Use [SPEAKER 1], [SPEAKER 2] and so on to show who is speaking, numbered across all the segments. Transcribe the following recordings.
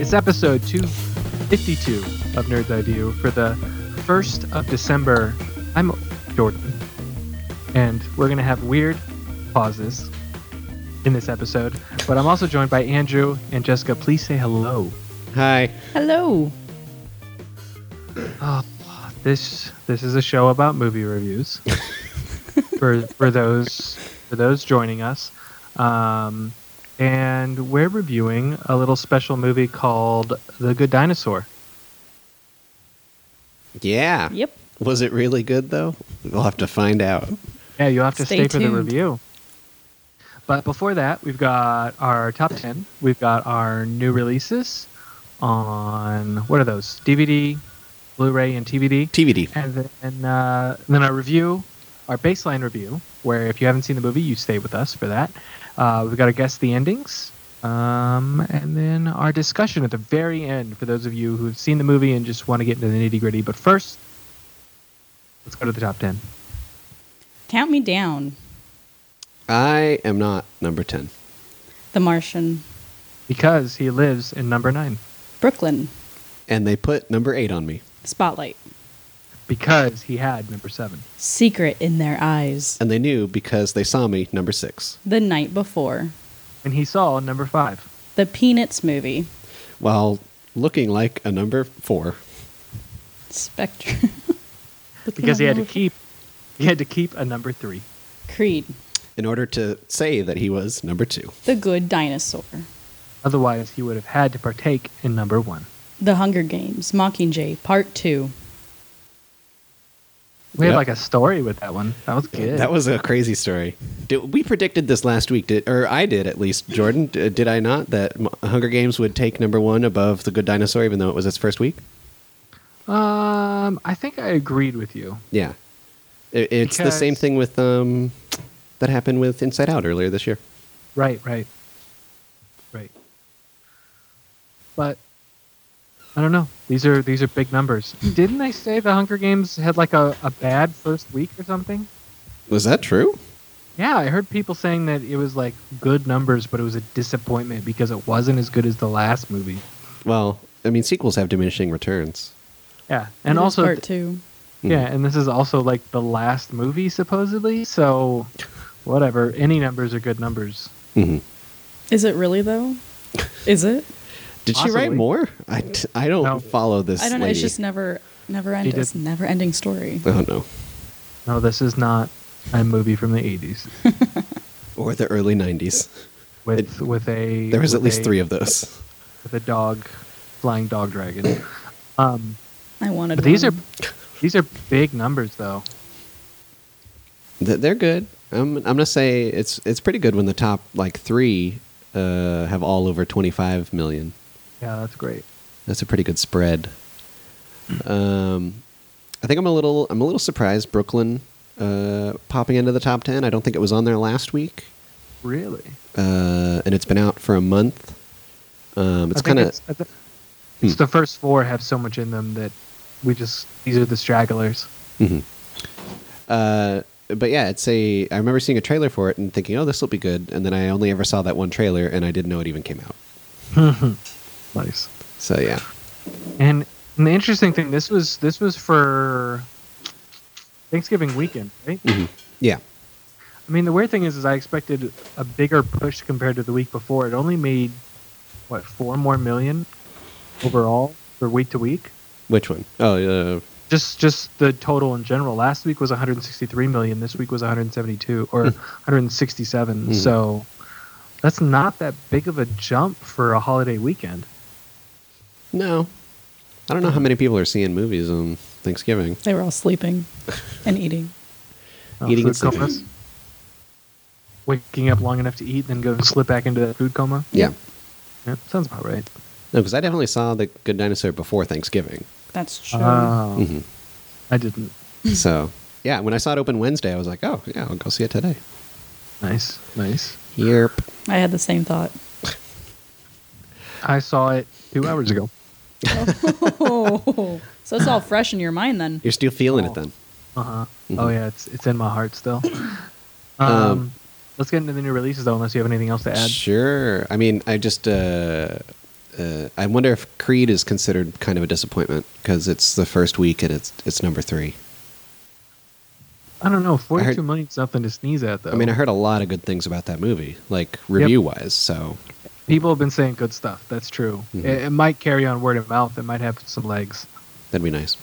[SPEAKER 1] It's episode 252 of Nerd's Eye View for the 1st of December. I'm Jordan. And we're going to have weird pauses in this episode. But I'm also joined by Andrew and Jessica. Please say hello.
[SPEAKER 2] Hi.
[SPEAKER 3] Hello.
[SPEAKER 1] Oh, this this is a show about movie reviews. for for those for those joining us, um, and we're reviewing a little special movie called The Good Dinosaur. Ah.
[SPEAKER 2] Yeah.
[SPEAKER 3] Yep.
[SPEAKER 2] Was it really good though? We'll have to find out.
[SPEAKER 1] Yeah, you'll have to stay,
[SPEAKER 3] Stay
[SPEAKER 1] for the
[SPEAKER 3] tuned.
[SPEAKER 1] review. But before that, we've got our top 10. We've got our new releases on what are those? DVD, Blu ray, and TBD.
[SPEAKER 2] TBD.
[SPEAKER 1] And then, uh, then our review, our baseline review, where if you haven't seen the movie, you stay with us for that. Uh, we've got to guess the endings. Um, and then our discussion at the very end for those of you who've seen the movie and just want to get into the nitty gritty. But first, let's go to the top 10.
[SPEAKER 3] Count me down.
[SPEAKER 2] I am not number 10.
[SPEAKER 3] The Martian.
[SPEAKER 1] Because he lives in number nine.
[SPEAKER 3] Brooklyn.
[SPEAKER 2] And they put number 8 on me.
[SPEAKER 3] Spotlight.
[SPEAKER 1] Because he had number seven.
[SPEAKER 3] Secret in their eyes.
[SPEAKER 2] And they knew because they saw me number 6.
[SPEAKER 3] The night before.
[SPEAKER 1] And he saw number five.
[SPEAKER 3] The Peanuts movie.
[SPEAKER 2] While looking like a number 4.
[SPEAKER 3] Spectre. Looking
[SPEAKER 1] Because he had to
[SPEAKER 3] over-
[SPEAKER 1] keep he had to keep a number three.
[SPEAKER 3] Creed.
[SPEAKER 2] In order to say that he was number 2.
[SPEAKER 3] The Good Dinosaur.
[SPEAKER 1] Otherwise he would have had to partake in number one.
[SPEAKER 3] The Hunger Games. Mockingjay. Part two.
[SPEAKER 1] We had
[SPEAKER 2] Yep.
[SPEAKER 1] like a story with that one. That was good.
[SPEAKER 2] That was a crazy story. Did, we predicted this last week, did, or I did at least. Jordan, d- did I not? That M- Hunger Games would take number one above The Good Dinosaur, even though it was its first week.
[SPEAKER 1] Um, I think I agreed with you.
[SPEAKER 2] Yeah, I- it's the
[SPEAKER 1] Because-
[SPEAKER 2] same thing with um, that happened with Inside Out earlier this year.
[SPEAKER 1] Right, right, right. But I don't know. These are these are big numbers. Didn't they say the Hunger Games had like a, a bad first week or something?
[SPEAKER 2] Was that true?
[SPEAKER 1] Yeah, I heard people saying that it was like good numbers, but it was a disappointment because it wasn't as good as the last movie.
[SPEAKER 2] Well, I mean, sequels have diminishing returns.
[SPEAKER 1] Yeah, and
[SPEAKER 3] It is
[SPEAKER 1] also
[SPEAKER 3] part two.
[SPEAKER 1] yeah, and this is also like the last movie supposedly. So whatever, any numbers are good numbers.
[SPEAKER 2] Mhm.
[SPEAKER 3] Is it really though? Is it?
[SPEAKER 2] Did she write
[SPEAKER 1] Possibly.
[SPEAKER 2] more? I, t- I don't
[SPEAKER 1] No.
[SPEAKER 2] follow this.
[SPEAKER 3] I don't know. It's
[SPEAKER 2] lady.
[SPEAKER 3] just never, never ending. It's
[SPEAKER 1] did-
[SPEAKER 3] never ending story.
[SPEAKER 2] Oh no,
[SPEAKER 1] No, this is not a movie from the '80s
[SPEAKER 2] or the early '90s.
[SPEAKER 1] with with a.
[SPEAKER 2] There was at
[SPEAKER 1] with
[SPEAKER 2] least
[SPEAKER 1] a-
[SPEAKER 2] three of those.
[SPEAKER 1] With a dog, flying dog dragon. Um,
[SPEAKER 3] I wanted.
[SPEAKER 1] but these are
[SPEAKER 3] one.
[SPEAKER 1] these are big numbers though.
[SPEAKER 2] Th- They're good. I'm I'm gonna say it's it's pretty good when the top like three uh, have all over 25 million.
[SPEAKER 1] Yeah, that's great.
[SPEAKER 2] That's a pretty good spread. Um, I think I'm a little I'm a little surprised Brooklyn uh, popping into the top 10. I don't think it was on there last week,
[SPEAKER 1] Really,
[SPEAKER 2] uh, and it's been out for a month. Um, it's
[SPEAKER 1] I think
[SPEAKER 2] kind of
[SPEAKER 1] it's, I thi- it's
[SPEAKER 2] Hmm.
[SPEAKER 1] the first four have so much in them that we just these are the stragglers.
[SPEAKER 2] Mhm. Uh, but yeah, it's a. I remember seeing a trailer for it and thinking, "Oh, this will be good," and then I only ever saw that one trailer, and I didn't know it even came out.
[SPEAKER 1] Nice.
[SPEAKER 2] So yeah,
[SPEAKER 1] And, and the interesting thing this was this was for Thanksgiving weekend, right?
[SPEAKER 2] Mm-hmm. yeah,
[SPEAKER 1] I mean, the weird thing is, is I expected a bigger push compared to the week before. It only made what four more million overall for week to week.
[SPEAKER 2] which one? Oh, uh,
[SPEAKER 1] Just just the total in general. Last week was 163 million. This week was 172 or 167.
[SPEAKER 2] Hmm.
[SPEAKER 1] So that's not that big of a jump for a holiday weekend.
[SPEAKER 2] no. I don't know
[SPEAKER 1] Uh-huh.
[SPEAKER 2] how many people are seeing movies on Thanksgiving.
[SPEAKER 3] They were all sleeping and eating.
[SPEAKER 1] Uh,
[SPEAKER 2] Eating and
[SPEAKER 1] food
[SPEAKER 2] sleeping.
[SPEAKER 1] comas. Waking up long enough to eat, then go and slip back into that food coma.
[SPEAKER 2] Yeah.
[SPEAKER 1] Yeah, sounds about right.
[SPEAKER 2] No, because I definitely saw the Good Dinosaur before Thanksgiving.
[SPEAKER 3] That's true.
[SPEAKER 1] Oh,
[SPEAKER 2] Mhm.
[SPEAKER 1] I didn't.
[SPEAKER 2] so, yeah, when I saw it open Wednesday, I was like, oh, yeah, I'll go see it today.
[SPEAKER 1] Nice, nice.
[SPEAKER 2] Yep.
[SPEAKER 3] I had the same thought.
[SPEAKER 1] I saw it two hours ago.
[SPEAKER 3] Oh, so it's all fresh in your mind then.
[SPEAKER 2] You're still feeling it then.
[SPEAKER 1] Uh huh.
[SPEAKER 2] Mhm.
[SPEAKER 1] Oh yeah, it's it's in my heart still. Um,
[SPEAKER 2] Um,
[SPEAKER 1] let's get into the new releases though, unless you have anything else to add.
[SPEAKER 2] Sure. I mean, I just, uh, uh, I wonder if Creed is considered kind of a disappointment because it's the first week and it's it's number three.
[SPEAKER 1] I don't know.
[SPEAKER 2] heard-
[SPEAKER 1] Forty-two million's nothing to sneeze at, though.
[SPEAKER 2] I mean, I heard a lot of good things about that movie, like review wise. So
[SPEAKER 1] people have been saying good stuff. That's true.
[SPEAKER 2] Mhm.
[SPEAKER 1] It, it might carry on word of mouth. It might have some legs.
[SPEAKER 2] that'd be nice.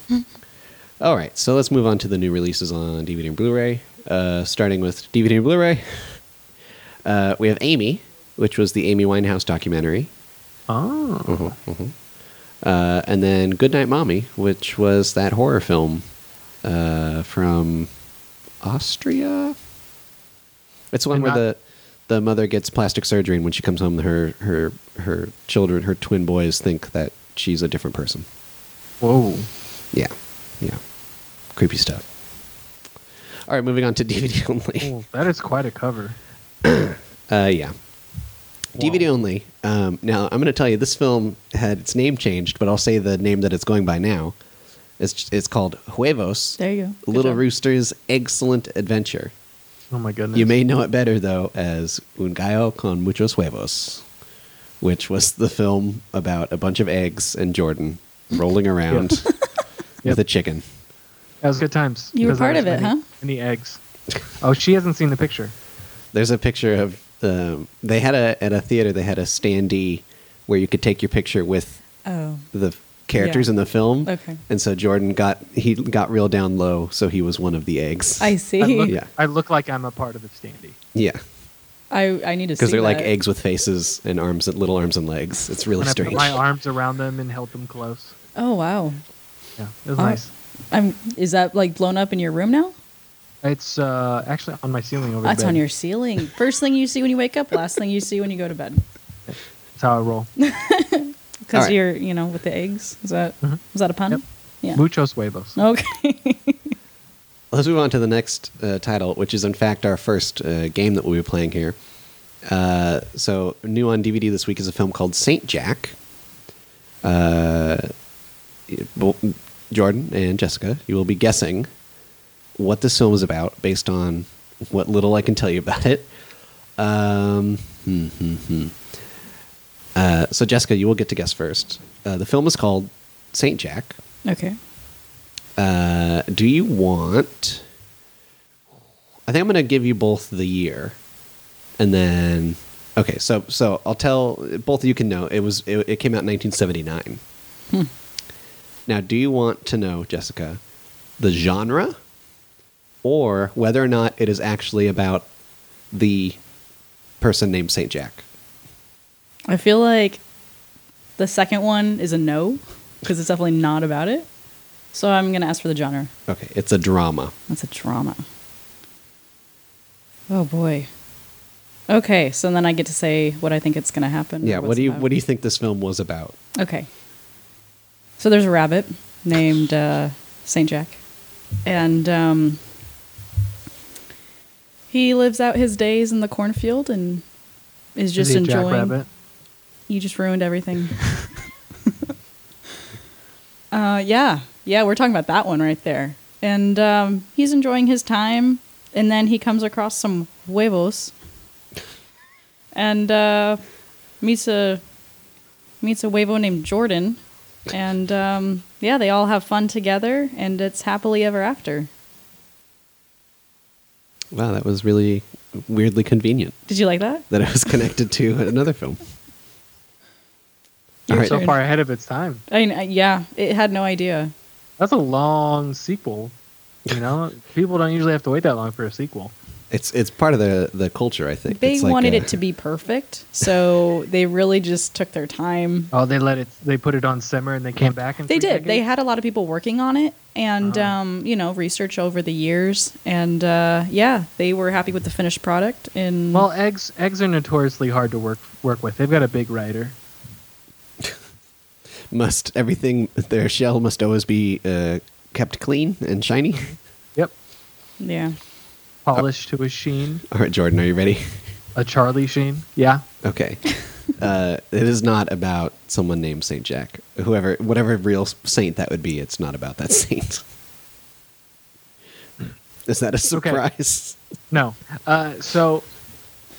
[SPEAKER 2] All right, so let's move on to the new releases on DVD and Blu-ray. Uh, starting with DVD and Blu-ray, uh, we have Amy, which was the Amy Winehouse documentary.
[SPEAKER 1] Oh,
[SPEAKER 2] Uh, and then Goodnight Mommy, which was that horror film uh, from Austria. It's the one
[SPEAKER 1] And
[SPEAKER 2] where
[SPEAKER 1] not-
[SPEAKER 2] the the mother gets plastic surgery, and when she comes home, her her her children, her twin boys, think that she's a different person.
[SPEAKER 1] Oh. whoa.
[SPEAKER 2] Yeah, yeah, creepy stuff. All right, moving on to DVD only.
[SPEAKER 1] Oh, that is quite a cover.
[SPEAKER 2] Uh, yeah. DVD
[SPEAKER 1] Wow.
[SPEAKER 2] only. Um, now, I'm going to tell you this film had its name changed, but I'll say the name that it's going by now. It's, it's called Huevos
[SPEAKER 3] There you go. Good
[SPEAKER 2] Little
[SPEAKER 3] job.
[SPEAKER 2] Rooster's Excellent Adventure.
[SPEAKER 1] Oh my goodness.
[SPEAKER 2] You may know it better, though, as Un Gallo con Muchos Huevos, which was the film about a bunch of eggs and Jordan rolling around with
[SPEAKER 1] Yep.
[SPEAKER 2] a chicken.
[SPEAKER 1] That was good times.
[SPEAKER 3] You were
[SPEAKER 1] because there
[SPEAKER 3] part
[SPEAKER 1] was
[SPEAKER 3] of it,
[SPEAKER 1] many-
[SPEAKER 3] huh?
[SPEAKER 1] Many eggs. Oh, she hasn't seen the picture.
[SPEAKER 2] There's a picture of um, they had a at a theater they had a standee where you could take your picture with
[SPEAKER 3] Oh.
[SPEAKER 2] the characters
[SPEAKER 3] Yeah.
[SPEAKER 2] in the film.
[SPEAKER 3] Okay.
[SPEAKER 2] And so Jordan got he got real down low, so he was one of the eggs.
[SPEAKER 3] I
[SPEAKER 1] I look,
[SPEAKER 3] see.
[SPEAKER 2] Yeah.
[SPEAKER 1] I look like I'm a part of the standee.
[SPEAKER 2] Yeah,
[SPEAKER 3] I, I need to see
[SPEAKER 2] because they're like
[SPEAKER 3] that.
[SPEAKER 2] eggs with faces and arms and little arms and legs. It's really
[SPEAKER 1] And I put
[SPEAKER 2] strange.
[SPEAKER 1] my arms around them and held them close.
[SPEAKER 3] Oh, wow.
[SPEAKER 1] Yeah, it was
[SPEAKER 3] Oh.
[SPEAKER 1] nice.
[SPEAKER 3] I'm, is that like blown up in your room now?
[SPEAKER 1] It's uh, actually on my ceiling over
[SPEAKER 3] That's
[SPEAKER 1] the bed.
[SPEAKER 3] on your ceiling. First thing you see when you wake up, last thing you see when you go to bed.
[SPEAKER 1] That's how I roll.
[SPEAKER 3] Because
[SPEAKER 2] All right. Mm-hmm.
[SPEAKER 3] you're, you know, with the eggs. Is that
[SPEAKER 1] Mhm.
[SPEAKER 3] was that a pun?
[SPEAKER 1] Yep.
[SPEAKER 3] Yeah.
[SPEAKER 1] Muchos huevos.
[SPEAKER 3] Okay.
[SPEAKER 2] Let's move on to the next uh, title, which is in fact our first uh, game that we'll be playing here. Uh, so new on DVD this week is a film called Saint Jack. Uh, it- bo- Jordan and Jessica, you will be guessing what this film is about based on what little I can tell you about it. Um, hmm, hmm, hmm. Uh, so Jessica, you will get to guess first. Uh, the film is called Saint Jack.
[SPEAKER 3] Okay.
[SPEAKER 2] Uh, do you want? I think I'm going to give you both the year, and then okay. So so I'll tell both of you can know it was it, it came out in 1979. Now, do you want to know, Jessica, the genre, or whether or not it is actually about the person named Saint Jack?
[SPEAKER 3] I feel like the second one is a no because it's definitely not about it. So I'm gonna ask for the genre.
[SPEAKER 2] Okay, it's a drama.
[SPEAKER 3] That's a drama. Oh boy. Okay, so then I get to say what I think it's gonna happen. or
[SPEAKER 2] Yeah. What
[SPEAKER 3] what's
[SPEAKER 2] do you
[SPEAKER 3] about.
[SPEAKER 2] what do you think this film was about?
[SPEAKER 3] Okay. So there's a rabbit named uh, Saint Jack, and um, he lives out his days in the cornfield and is just
[SPEAKER 1] Is he a
[SPEAKER 3] enjoying.
[SPEAKER 1] jackrabbit?
[SPEAKER 3] You just ruined everything. uh, yeah, yeah, we're talking about that one right there. And um, he's enjoying his time, and then he comes across some huevos, and uh, meets a meets a huevo named Jordan, and um, yeah, they all have fun together, and it's happily ever after.
[SPEAKER 2] Wow, that was really weirdly convenient.
[SPEAKER 3] Did you like that?
[SPEAKER 2] that it was connected to another film.
[SPEAKER 3] Your
[SPEAKER 2] All right.
[SPEAKER 1] So
[SPEAKER 3] turn.
[SPEAKER 1] far ahead of its time.
[SPEAKER 3] I mean, uh, yeah, it had no idea.
[SPEAKER 1] That's a long sequel. You know, people don't usually have to wait that long for a sequel.
[SPEAKER 2] It's it's part of the the culture, I think.
[SPEAKER 3] They
[SPEAKER 2] It's like uh,
[SPEAKER 3] wanted
[SPEAKER 2] a-
[SPEAKER 3] it to be perfect, so they really just took their time.
[SPEAKER 1] Oh, they let it. They put it on simmer and they came back and
[SPEAKER 3] They did. They had a lot of people working on it, and
[SPEAKER 1] Uh-huh.
[SPEAKER 3] um, you know, research over the years, and uh, yeah, they were happy with the finished product. And
[SPEAKER 1] Well, eggs eggs are notoriously hard to work work with. They've got a big writer.
[SPEAKER 2] must everything their shell must always be uh, kept clean and shiny.
[SPEAKER 3] Mm-hmm.
[SPEAKER 1] Yep,
[SPEAKER 3] yeah,
[SPEAKER 1] polished to a sheen,
[SPEAKER 2] All right, Jordan, are you ready?
[SPEAKER 1] a Charlie Sheen. Yeah,
[SPEAKER 2] Okay. Uh, it is not about someone named Saint Jack. Whoever, whatever real saint that would be, it's not about that saint. Is that a surprise?
[SPEAKER 1] No. Uh, so,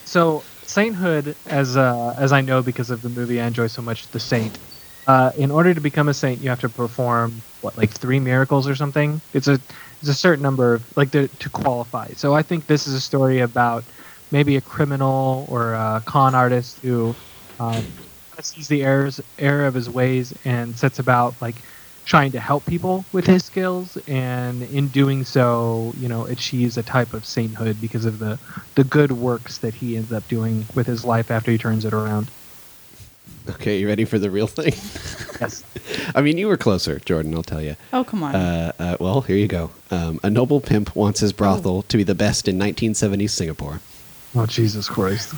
[SPEAKER 1] so sainthood, as uh, as I know because of the movie I enjoy so much, The Saint. Uh, in order to become a saint, you have to perform what, like three miracles or something. It's a it's a certain number of like to, to qualify. So I think this is a story about maybe a criminal or a con artist who um, kinda sees the errors error of his ways and sets about like trying to help people with his skills and in doing so you know achieves a type of sainthood because of the the good works that he ends up doing with his life after he turns it around
[SPEAKER 2] Okay, you ready for the real thing?
[SPEAKER 1] yes
[SPEAKER 2] I mean, you were closer, Jordan. I'll tell you.
[SPEAKER 3] Oh, come on.
[SPEAKER 2] Uh, uh, well, here you go. Um, a noble pimp wants his brothel to be the best in 1970s Singapore.
[SPEAKER 1] oh jesus christ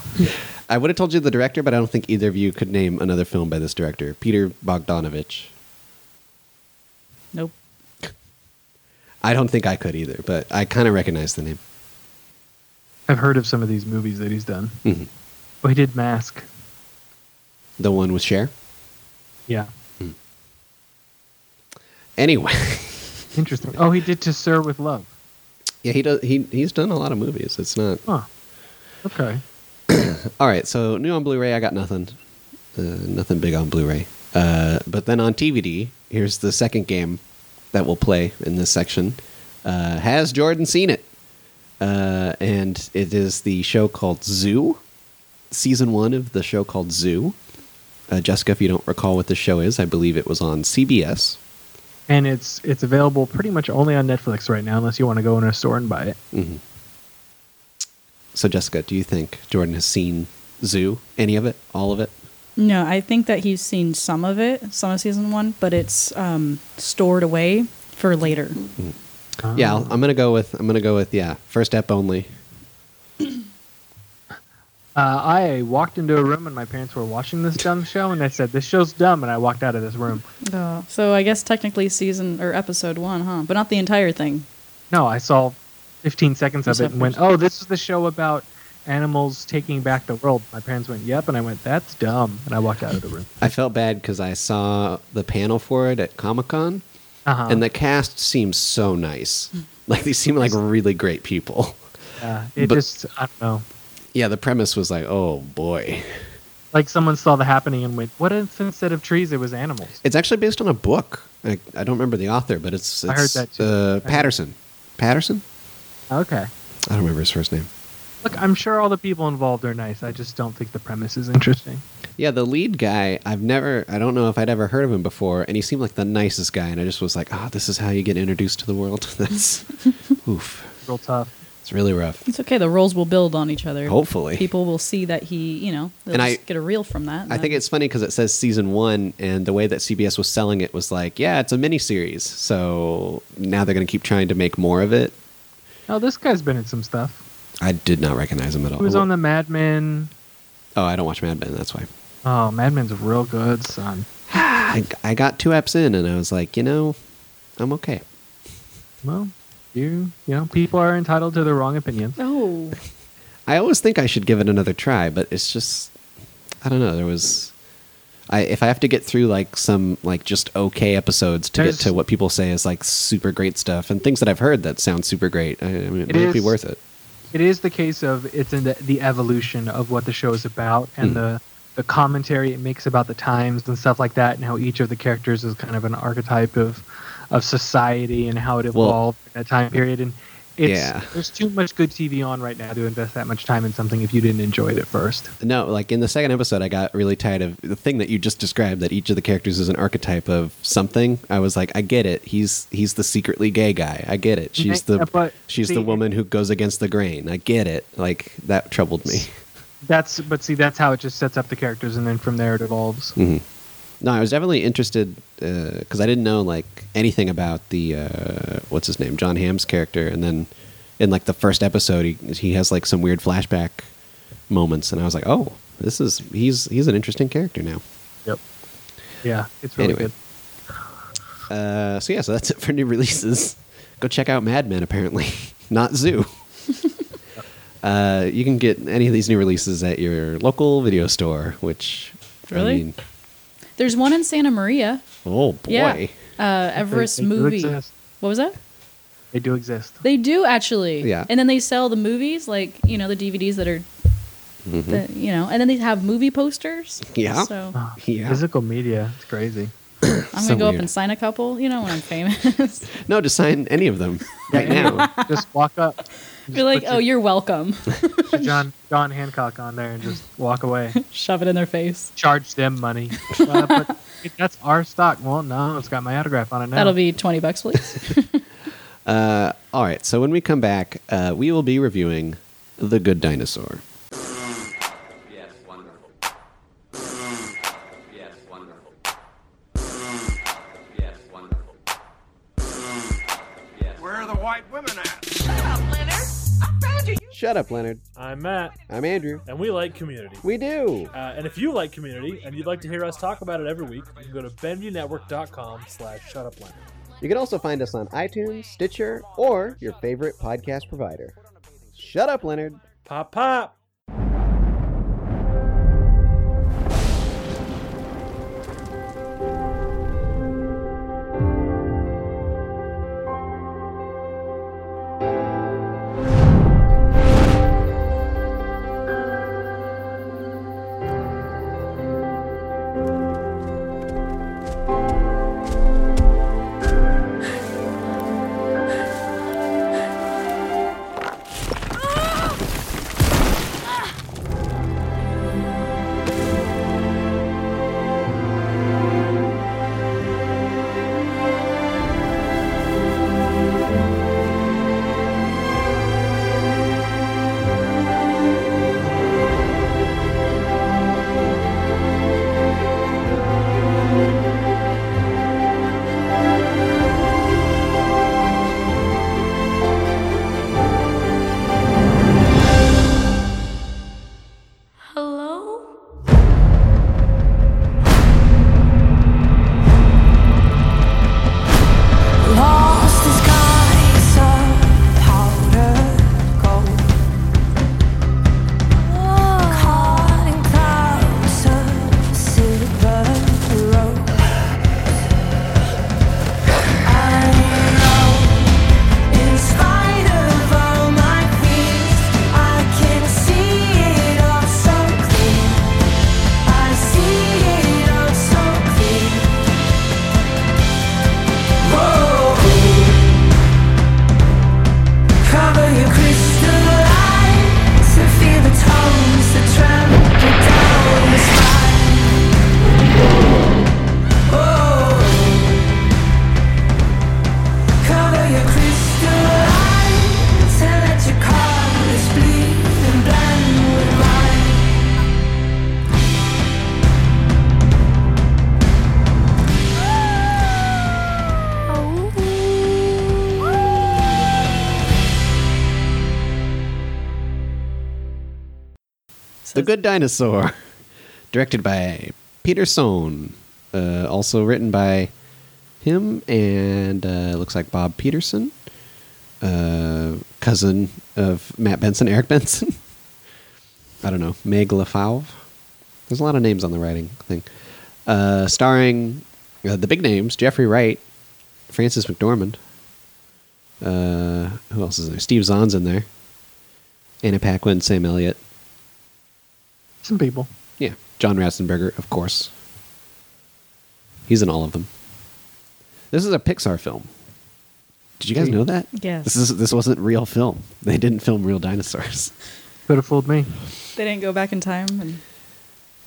[SPEAKER 2] I would have told you the director, but I don't think either of you could name another film by this director, Peter Bogdanovich.
[SPEAKER 3] nope.
[SPEAKER 2] I don't think I could either, but I kind of recognize the name.
[SPEAKER 1] i've heard of some of these movies that he's done
[SPEAKER 2] Mhm.
[SPEAKER 1] oh he did mask
[SPEAKER 2] The one with Cher.
[SPEAKER 1] yeah
[SPEAKER 2] Anyway,
[SPEAKER 1] interesting oh he did to sir with love
[SPEAKER 2] yeah, he does. He he's done a lot of movies. It's not
[SPEAKER 1] huh okay
[SPEAKER 2] all right. So new on Blu-ray, I got nothing. Uh, nothing big on Blu-ray. Uh, but then on TVD, here's the second game that we'll play in this section. Uh, Has Jordan seen it? Uh, and it is the show called Zoo, season one of the show called Zoo. Uh, Jessica, if you don't recall what the show is, I believe it was on CBS.
[SPEAKER 1] and it's it's available pretty much only on netflix right now unless you want to go in a store and buy it
[SPEAKER 2] hmm So, Jessica, do you think Jordan has seen Zoo? Any of it? All of it?
[SPEAKER 3] No, I think that he's seen some of it, some of season one, but it's um, stored away for later.
[SPEAKER 2] Mm-hmm. Yeah, I'll, I'm gonna go with I'm gonna go with yeah. First step only.
[SPEAKER 1] Uh, I walked into a room and my parents were watching this dumb show, and I said, "This show's dumb," and I walked out of this room.
[SPEAKER 3] so I guess technically season or episode one, huh? But not the entire thing.
[SPEAKER 1] No, I saw 15 seconds of
[SPEAKER 3] You
[SPEAKER 1] it
[SPEAKER 3] saw
[SPEAKER 1] and went,
[SPEAKER 3] first.
[SPEAKER 1] "Oh, this is the show about animals taking back the world." My parents went, "Yep," and I went, "That's dumb," and I walked out of the room.
[SPEAKER 2] I felt bad because I saw the panel for it at Comic Con,
[SPEAKER 1] Uh-huh. Hmm.
[SPEAKER 2] and the cast seems so nice. Like they seem like really great people.
[SPEAKER 1] Yeah, uh, it
[SPEAKER 2] but-
[SPEAKER 1] just I don't know.
[SPEAKER 2] Yeah, the premise was like, oh boy.
[SPEAKER 1] Like someone saw the happening and went, "What if instead of trees it was animals?"
[SPEAKER 2] It's actually based on a book. I, I don't remember the author, but it's,
[SPEAKER 1] I heard
[SPEAKER 2] it's
[SPEAKER 1] that too.
[SPEAKER 2] uh,
[SPEAKER 1] I heard-
[SPEAKER 2] Patterson. Patterson?
[SPEAKER 1] Okay.
[SPEAKER 2] I don't remember his first name.
[SPEAKER 1] Look, I'm sure all the people involved are nice. I just don't think the premise is interesting.
[SPEAKER 2] Yeah, the lead guy, I've never, I don't know if I'd ever heard of him before, and he seemed like the nicest guy, and I just was like, ah, this is how you get introduced to the world. That's, oof,
[SPEAKER 1] Real tough.
[SPEAKER 2] it's really rough.
[SPEAKER 3] It's okay. The roles will build on each other.
[SPEAKER 2] Hopefully.
[SPEAKER 3] people will see that he, you know, they'll
[SPEAKER 2] And I-
[SPEAKER 3] just get a reel from that. and
[SPEAKER 2] I think
[SPEAKER 3] then-
[SPEAKER 2] it's funny because it says season one, and the way that CBS was selling it was like, yeah, it's a mini series. So now they're going to keep trying to make more of it.
[SPEAKER 1] Oh, this guy's been in some stuff.
[SPEAKER 2] I did not recognize him at all.
[SPEAKER 1] He was on the Mad Men.
[SPEAKER 2] Oh, I don't watch Mad Men. That's why.
[SPEAKER 1] Oh, Mad Men's real good, son.
[SPEAKER 2] I, I got two apps in, and I was like, you know, I'm okay.
[SPEAKER 1] Well, you you know people are entitled to their wrong opinions.
[SPEAKER 3] Oh,
[SPEAKER 2] I always think I should give it another try, but it's just, I don't know. There was, I if I have to get through like some like just okay episodes to
[SPEAKER 1] There's-
[SPEAKER 2] get to what people say is like super great stuff and things that I've heard that sound super great. I, I mean, it,
[SPEAKER 1] It
[SPEAKER 2] might be
[SPEAKER 1] is-
[SPEAKER 2] worth it.
[SPEAKER 1] It is the case of it's in the, the evolution of what the show is about and
[SPEAKER 2] Hmm.
[SPEAKER 1] the the commentary it makes about the times and stuff like that, and how each of the characters is kind of an archetype of of society and how it
[SPEAKER 2] Well-
[SPEAKER 1] evolved in that time period. And it's
[SPEAKER 2] Yeah.
[SPEAKER 1] there's too much good TV on right now to invest that much time in something if you didn't enjoy it at first.
[SPEAKER 2] No, like in the second episode, I got really tired of the thing that you just described. That each of the characters is an archetype of something. I was like, I get it. He's he's the secretly gay guy. I get it. She's
[SPEAKER 1] Yeah,
[SPEAKER 2] the
[SPEAKER 1] but
[SPEAKER 2] she's
[SPEAKER 1] see-
[SPEAKER 2] the woman who goes against the grain. I get it. Like that troubled me.
[SPEAKER 1] That's but see that's how it just sets up the characters, and then from there it evolves.
[SPEAKER 2] Mhm. No, I was definitely interested because I didn't know like anything about the uh, what's his name, John Hamm's character, and then in like the first episode, he he has like some weird flashback moments, and I was like, oh, this is he's he's an interesting character now.
[SPEAKER 1] Yep. Yeah, it's really
[SPEAKER 2] Anyway.
[SPEAKER 1] good.
[SPEAKER 2] Uh, so yeah, so that's it for new releases. Go check out Mad Men, apparently, not Zoo. uh, you can get any of these new releases at your local video store, which
[SPEAKER 3] Really?
[SPEAKER 2] I mean,
[SPEAKER 3] there's one in Santa Maria.
[SPEAKER 2] oh boy,
[SPEAKER 3] Yeah, uh, Everest
[SPEAKER 1] They- they do
[SPEAKER 3] movie.
[SPEAKER 1] exist.
[SPEAKER 3] What was that?
[SPEAKER 1] They do exist.
[SPEAKER 3] They do actually.
[SPEAKER 2] Yeah.
[SPEAKER 3] And then they sell the movies, like you know, the DVDs that are that- you know, and then they have movie posters.
[SPEAKER 2] Mm-hmm. Yeah.
[SPEAKER 3] So
[SPEAKER 1] Ah,
[SPEAKER 2] Yeah.
[SPEAKER 1] Physical media. It's crazy.
[SPEAKER 3] I'm
[SPEAKER 2] So
[SPEAKER 3] gonna go up
[SPEAKER 2] weird.
[SPEAKER 3] and sign a couple. You know, when I'm famous,
[SPEAKER 2] No, to sign any of them right now.
[SPEAKER 1] just walk up.
[SPEAKER 3] be like,
[SPEAKER 1] put
[SPEAKER 3] "Oh, you're welcome."
[SPEAKER 1] your- put John John Hancock on there and just walk away.
[SPEAKER 3] Shove it in their face.
[SPEAKER 1] Charge them money. Uh, but that's our stock. Well, no, it's got my autograph on it now.
[SPEAKER 3] That'll be twenty bucks, please.
[SPEAKER 2] All right. So when we come back, uh, we will be reviewing The Good Dinosaur.
[SPEAKER 4] Yes, wonderful. Yes, wonderful. Yes, wonderful. Yes.
[SPEAKER 5] Where are the white women at?
[SPEAKER 6] Shut up, Leonard. I found you. you
[SPEAKER 2] Shut up, Leonard.
[SPEAKER 7] I'm Matt,
[SPEAKER 2] I'm Andrew.
[SPEAKER 7] and we like community.
[SPEAKER 2] We do.
[SPEAKER 7] Uh, and if you like community and you'd like to hear us talk about it every week, you can go to benviewnetwork.com slash shutupline.
[SPEAKER 2] You can also find us on iTunes, Stitcher, or your favorite podcast provider. Shut up, Leonard.
[SPEAKER 7] Pop, pop!
[SPEAKER 6] Hello?
[SPEAKER 8] Lost the skies of powdered gold. Caught in clouds of silver rope. I know, in spite of all my fears, I can see it all so clear. I see it all so clear. Cover your crystal eyes and feel the tones that trample down the spine. Oh. Cover your crystal eyes and let your colors bleed and blend with mine.
[SPEAKER 2] The Good Dinosaur, directed by Peter Sohn, uh, also written by him and uh, looks like Bob Peterson, uh, cousin of Matt Benson, Eric Benson. I don't know, Meg LaFauve. There's a lot of names on the writing thing. Uh, starring uh, the big names Jeffrey Wright, Francis McDormand. Uh, who else is there? Steve Zahn's in there. Anna Paquin, Sam Elliott.
[SPEAKER 1] Some people.
[SPEAKER 2] Yeah, John Ratzenberger, of course. He's in all of them. This is a Pixar film. Did you guys know that?
[SPEAKER 3] Yes.
[SPEAKER 2] This is this wasn't real film. They didn't film real dinosaurs.
[SPEAKER 1] Could have fooled me.
[SPEAKER 3] they didn't go back in time. And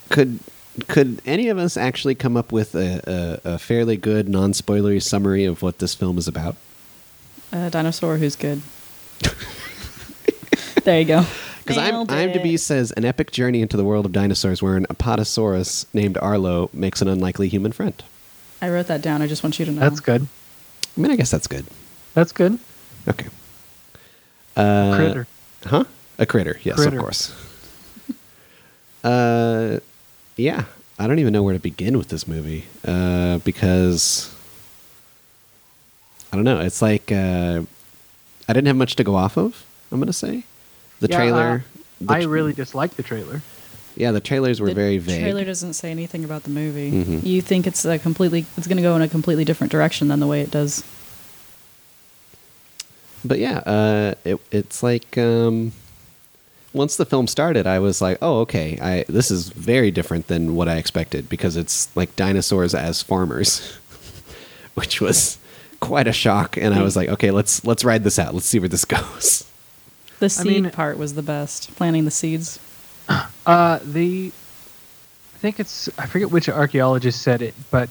[SPEAKER 2] Could could any of us actually come up with a, a, a fairly good non-spoilery summary of what this film is about?
[SPEAKER 3] a dinosaur who's good. there you go.
[SPEAKER 2] Because I'm IMDb says an epic journey into the world of dinosaurs, where an apatosaurus named Arlo makes an unlikely human friend.
[SPEAKER 3] I wrote that down. I just want you to know.
[SPEAKER 1] That's good.
[SPEAKER 2] I mean, I guess that's good.
[SPEAKER 1] That's good.
[SPEAKER 2] Okay. Uh,
[SPEAKER 1] Critter.
[SPEAKER 2] Huh? A critter. Yes,
[SPEAKER 1] Critter.
[SPEAKER 2] of course. uh, yeah. I don't even know where to begin with this movie uh, because I don't know. It's like uh, I didn't have much to go off of. I'm gonna say the
[SPEAKER 1] Yeah,
[SPEAKER 2] trailer.
[SPEAKER 1] uh,
[SPEAKER 2] the
[SPEAKER 1] I
[SPEAKER 2] tr-
[SPEAKER 1] really dislike the trailer.
[SPEAKER 2] yeah. The trailers were
[SPEAKER 3] the
[SPEAKER 2] very vague.
[SPEAKER 3] trailer doesn't say anything about the movie.
[SPEAKER 2] Mhm.
[SPEAKER 3] You think it's a completely it's going to go in a completely different direction than the way it does.
[SPEAKER 2] but yeah, uh, it, it's like um, once the film started, I was like, "Oh, okay. I this is very different than what I expected because it's like dinosaurs as farmers." Which was quite a shock and I was like, "Okay, let's let's ride this out. Let's see where this goes."
[SPEAKER 3] The seed
[SPEAKER 1] mean-
[SPEAKER 3] part was the best. Planting the seeds.
[SPEAKER 1] Uh, the I think it's I forget which archaeologist said it, but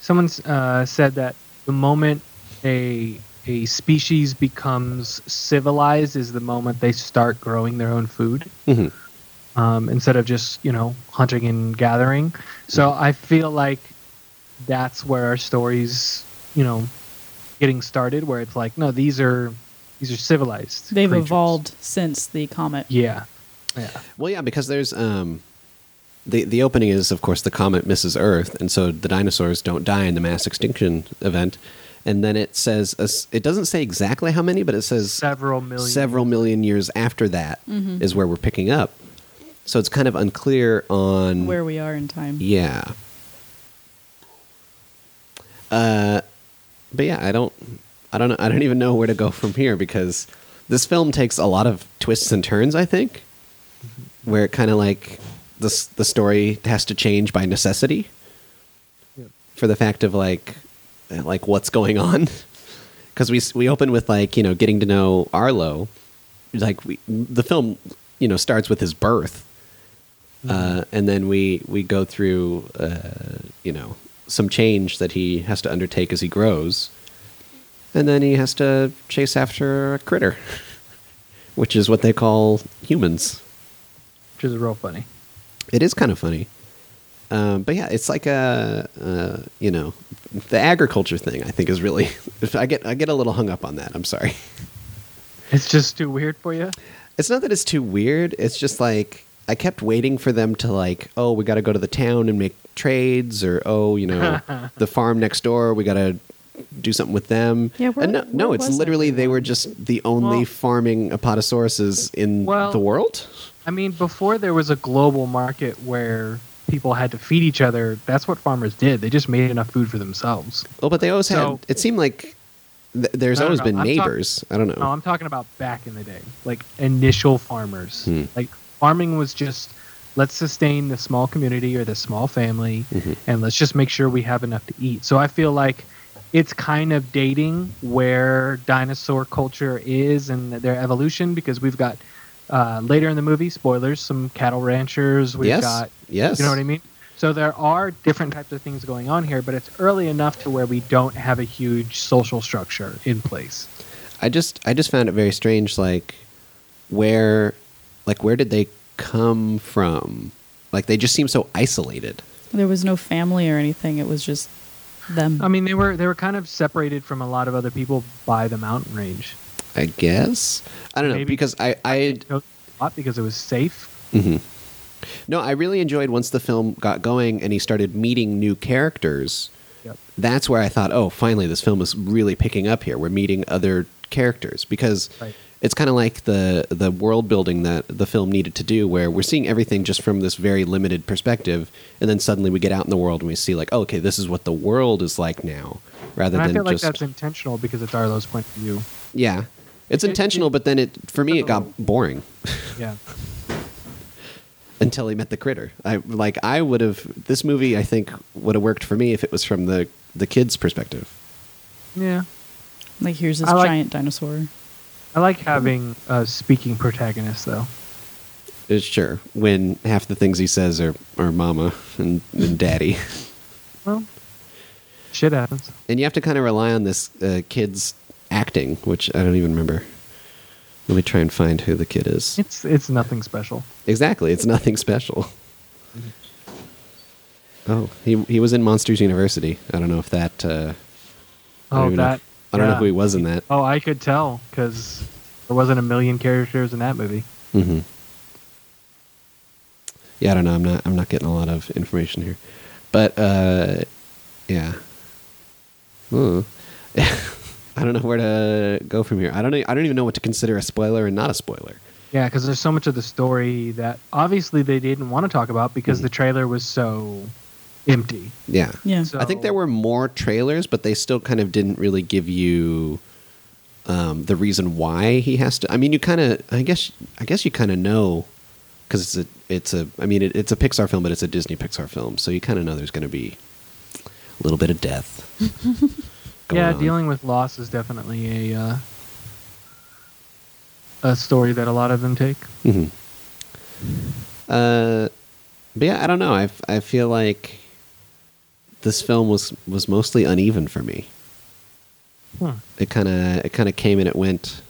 [SPEAKER 1] someone uh, said that the moment a a species becomes civilized is the moment they start growing their own food
[SPEAKER 2] Mhm.
[SPEAKER 1] um, instead of just you know hunting and gathering. So I feel like that's where our stories, you know, getting started, where it's like, no, these are these are civilized.
[SPEAKER 3] They've
[SPEAKER 1] creatures.
[SPEAKER 3] evolved since the comet.
[SPEAKER 1] Yeah, yeah.
[SPEAKER 2] Well, yeah, because there's um, the the opening is of course the comet misses Earth, and so the dinosaurs don't die in the mass extinction event. And then it says a s- it doesn't say exactly how many, but it says
[SPEAKER 1] Several million.
[SPEAKER 2] several million years after that is where we're picking up. So it's kind of unclear on
[SPEAKER 3] Where we are in time.
[SPEAKER 2] yeah. Uh, Uh, but yeah, I don't, I don't know, I don't even know where to go from here because this film takes a lot of twists and turns. I think where it kind of like the s- the story has to change by necessity
[SPEAKER 1] Yep.
[SPEAKER 2] for the fact of like uh, like what's going on because we s- we open with like you know getting to know Arlo like we, the film you know starts with his birth uh, and then we we go through uh, you know some change that he has to undertake as he grows, and then he has to chase after a critter, which is what they call humans.
[SPEAKER 1] which is real funny.
[SPEAKER 2] It is kind of funny, um, but yeah, it's like a uh, you know the agriculture thing. I think is really I get I get a little hung up on that. I'm sorry.
[SPEAKER 1] It's just too weird for you.
[SPEAKER 2] It's not that it's too weird. It's just like I kept waiting for them to like, oh, we got to go to the town and make trades, or oh, you know, the farm next door, we got to do something with them.
[SPEAKER 3] Yeah, where-
[SPEAKER 2] and no, no,
[SPEAKER 3] where
[SPEAKER 2] it's
[SPEAKER 3] was
[SPEAKER 2] literally they were
[SPEAKER 3] everyone?
[SPEAKER 2] just the only
[SPEAKER 1] Well-
[SPEAKER 2] farming apatosauruses in
[SPEAKER 1] Well-
[SPEAKER 2] the world.
[SPEAKER 1] I mean, before there was a global market where people had to feed each other, that's what farmers did. They just made enough food for themselves.
[SPEAKER 2] Oh, but they always
[SPEAKER 1] So-
[SPEAKER 2] had. It seemed like th- there's
[SPEAKER 1] No, no,
[SPEAKER 2] always
[SPEAKER 1] no,
[SPEAKER 2] been
[SPEAKER 1] I'm talk- Oh.
[SPEAKER 2] neighbors. I don't know.
[SPEAKER 1] No, I'm talking about back in the day, like initial farmers.
[SPEAKER 2] Hmm.
[SPEAKER 1] Like farming was just let's sustain the small community or the small family
[SPEAKER 2] Mhm.
[SPEAKER 1] and let's just make sure we have enough to eat. So I feel like it's kind of dating where dinosaur culture is and their evolution because we've got uh, later in the movie, spoilers, some cattle ranchers. We've
[SPEAKER 2] yes,
[SPEAKER 1] got
[SPEAKER 2] yes.
[SPEAKER 1] You know what I mean? So there are different types of things going on here, but it's early enough to where we don't have a huge social structure in place.
[SPEAKER 2] I just I just found it very strange like where like where did they come from? Like they just seem so isolated.
[SPEAKER 3] There was no family or anything. It was just them.
[SPEAKER 1] I mean, they were they were kind of separated from a lot of other people by the mountain range.
[SPEAKER 2] I guess. I don't know
[SPEAKER 1] Maybe.
[SPEAKER 2] because I I
[SPEAKER 1] It was a lot because it was safe.
[SPEAKER 2] no, I really enjoyed once the film got going and he started meeting new characters.
[SPEAKER 1] Yep.
[SPEAKER 2] That's where I thought, "Oh, finally this film is really picking up here. We're meeting other characters because
[SPEAKER 1] Right.
[SPEAKER 2] it's kind of like the the world building that the film needed to do where we're seeing everything just from this very limited perspective and then suddenly we get out in the world and we see like oh, okay this is what the world is like now rather
[SPEAKER 1] And I
[SPEAKER 2] than
[SPEAKER 1] feel like
[SPEAKER 2] just
[SPEAKER 1] that's intentional because it's Arlo's point of view.
[SPEAKER 2] yeah it's
[SPEAKER 1] It- it-
[SPEAKER 2] intentional but then it for me it got boring
[SPEAKER 1] Yeah.
[SPEAKER 2] until he met the critter i like i would have this movie i think would have worked for me if it was from the the kids perspective
[SPEAKER 1] Yeah.
[SPEAKER 3] like here's this
[SPEAKER 1] I like-
[SPEAKER 3] giant dinosaur.
[SPEAKER 1] I like having a speaking protagonist, though.
[SPEAKER 2] Uh, sure when half the things he says are are mama and, and daddy
[SPEAKER 1] Well, shit happens.
[SPEAKER 2] and you have to kind of rely on this uh, kid's acting, which I don't even remember. Let me try and find who the kid is.
[SPEAKER 1] It's it's nothing special.
[SPEAKER 2] Exactly, it's nothing special.
[SPEAKER 1] Mm-hmm.
[SPEAKER 2] Oh, he he was in Monsters University. I don't know if that. Uh, I don't
[SPEAKER 1] Oh,
[SPEAKER 2] even know
[SPEAKER 1] that.
[SPEAKER 2] if- I don't know
[SPEAKER 1] yeah.
[SPEAKER 2] who he was in that.
[SPEAKER 1] Oh, I could tell because there wasn't a million characters in that movie.
[SPEAKER 2] hmm Yeah, I don't know. I'm not. I'm not getting a lot of information here, but uh, yeah. Ooh. I don't know where to go from here. I don't. know- I don't even know what to consider a spoiler and not a spoiler.
[SPEAKER 1] Yeah, because there's so much of the story that obviously they didn't want to talk about because
[SPEAKER 2] Hmm.
[SPEAKER 1] the trailer was so empty.
[SPEAKER 2] Yeah.
[SPEAKER 3] Yeah.
[SPEAKER 1] So-
[SPEAKER 2] I think there were more trailers, but they still kind of didn't really give you um, the reason why he has to. I mean, you kind of. I guess. I guess you kind of know because it's a. It's a. I mean, it, it's a Pixar film, but it's a Disney Pixar film, so you kind of know there's going to be a little bit of death. going
[SPEAKER 1] yeah,
[SPEAKER 2] on.
[SPEAKER 1] dealing with loss is definitely a uh, a story that a lot of them take.
[SPEAKER 2] hmm Uh, but yeah, I don't know. I f- I feel like this film was was mostly uneven for me.
[SPEAKER 1] Huh.
[SPEAKER 2] It kind of it kind of came and it went,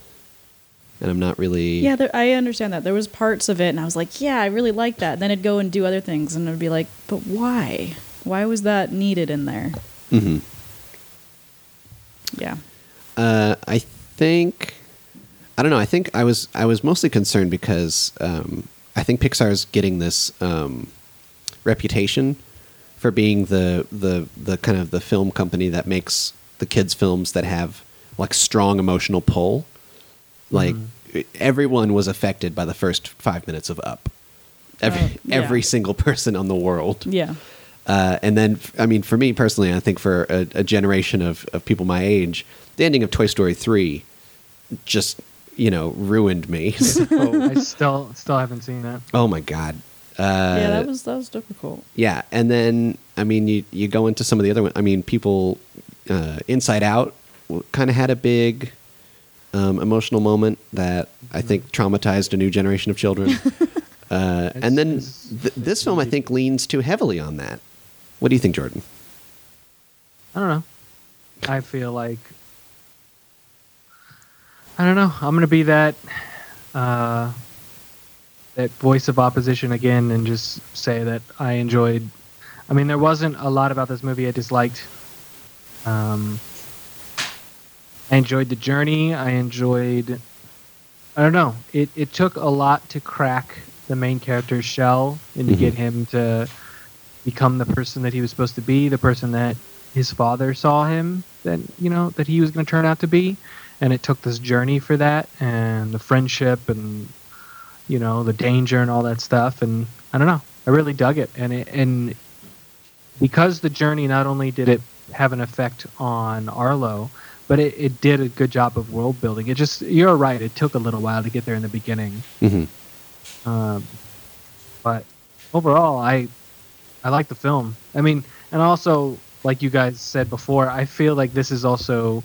[SPEAKER 2] and I'm not really
[SPEAKER 3] Yeah, there, I understand that. There was parts of it, and I was like, yeah, I really like that. Then it'd go and do other things, and I'd be like, but why? Why was that needed in there?
[SPEAKER 2] Mhm.
[SPEAKER 3] Yeah.
[SPEAKER 2] Uh, I think I don't know. I think I was I was mostly concerned because um, I think Pixar's getting this um, reputation for being the the the kind of the film company that makes the kids films that have like strong emotional pull.
[SPEAKER 1] Hmm.
[SPEAKER 2] Like everyone was affected by the first five minutes of Up. Every
[SPEAKER 3] Oh, yeah.
[SPEAKER 2] every single person on the world.
[SPEAKER 3] Yeah.
[SPEAKER 2] Uh, and then, f- I mean, for me personally, I think for a, a generation of, of people my age, the ending of Toy Story 3 just, you know, ruined me. So-
[SPEAKER 1] Oh, I still still haven't seen that.
[SPEAKER 2] oh my God.
[SPEAKER 3] yeah,
[SPEAKER 2] Uh,
[SPEAKER 3] that was that was difficult.
[SPEAKER 2] Yeah. And then, I mean, you, you go into some of the other ones. I mean, people, uh, Inside Out kind of had a big um, emotional moment that I think
[SPEAKER 1] Mm-hmm.
[SPEAKER 2] traumatized a new generation of children. uh, and then
[SPEAKER 1] It's-
[SPEAKER 2] th- this film, I think, leans too heavily on that. What do you think, Jordan?
[SPEAKER 1] I don't know. I feel like I don't know. I'm gonna be that uh, that voice of opposition again, and just say that I enjoyed. I mean, there wasn't a lot about this movie I disliked. Um, I enjoyed the journey. I enjoyed. I don't know. It it took a lot to crack the main character's shell and to
[SPEAKER 2] Mhm.
[SPEAKER 1] get him to become the person that he was supposed to be, the person that his father saw him that you know that he was going to turn out to be, and it took this journey for that and the friendship and you know the danger and all that stuff and I don't know I really dug it and it and because the journey not only did it have an effect on Arlo but it, it did a good job of world building it just you're right it took a little while to get there in the beginning
[SPEAKER 2] Mm-hmm.
[SPEAKER 1] um, but overall, I I like the film. I mean, and also like you guys said before, I feel like this is also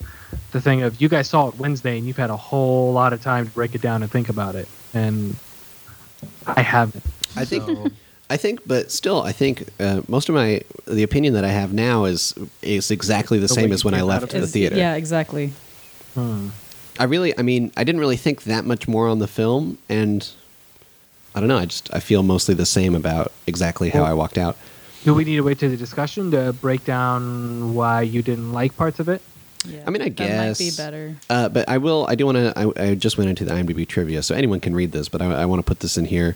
[SPEAKER 1] the thing of you guys saw it Wednesday and you've had a whole lot of time to break it down and think about it, and I haven't.
[SPEAKER 2] I think-
[SPEAKER 1] So,
[SPEAKER 2] I think, but still, I think uh, most of my the opinion that I have now is is exactly the
[SPEAKER 1] The
[SPEAKER 2] same
[SPEAKER 1] way
[SPEAKER 2] as
[SPEAKER 1] you
[SPEAKER 2] when I
[SPEAKER 1] came out
[SPEAKER 2] left
[SPEAKER 1] of
[SPEAKER 2] the
[SPEAKER 1] it.
[SPEAKER 3] It's-
[SPEAKER 2] theater.
[SPEAKER 3] Yeah, exactly.
[SPEAKER 1] hmm.
[SPEAKER 2] I really, I mean, I didn't really think that much more on the film, and I don't know. I just I feel mostly the same about exactly how I walked out.
[SPEAKER 1] Do we need to wait to the discussion to break down why you didn't like parts
[SPEAKER 2] Uh,
[SPEAKER 1] of it?
[SPEAKER 3] Yeah.
[SPEAKER 2] I mean, I
[SPEAKER 3] that might be
[SPEAKER 2] guess-
[SPEAKER 3] better.
[SPEAKER 2] Uh, but I will. I do want to. I, I just went into the IMDb trivia, so anyone can read this. But I, I want to put this in here.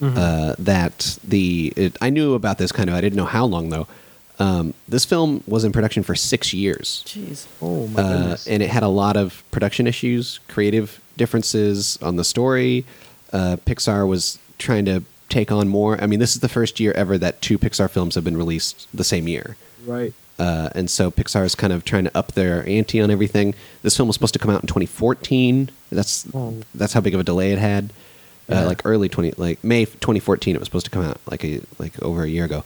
[SPEAKER 1] Mm-hmm.
[SPEAKER 2] Uh, that the it, I knew about this kind of. I didn't know how long though. Um, this film was in production for six years.
[SPEAKER 3] Jeez.
[SPEAKER 1] Oh my
[SPEAKER 2] uh,
[SPEAKER 1] goodness!
[SPEAKER 2] and it had a lot of production issues, creative differences on the story. Uh, Pixar was trying to take on more. I mean, this is the first year ever that two Pixar films have been released the same year.
[SPEAKER 1] right.
[SPEAKER 2] Uh, and so Pixar is kind of trying to up their ante on everything. This film was supposed to come out in 2014. That's
[SPEAKER 1] Oh.
[SPEAKER 2] that's how big of a delay it had.
[SPEAKER 1] Yeah.
[SPEAKER 2] Uh, like early 20, like May 2014, it was supposed to come out like a like over a year ago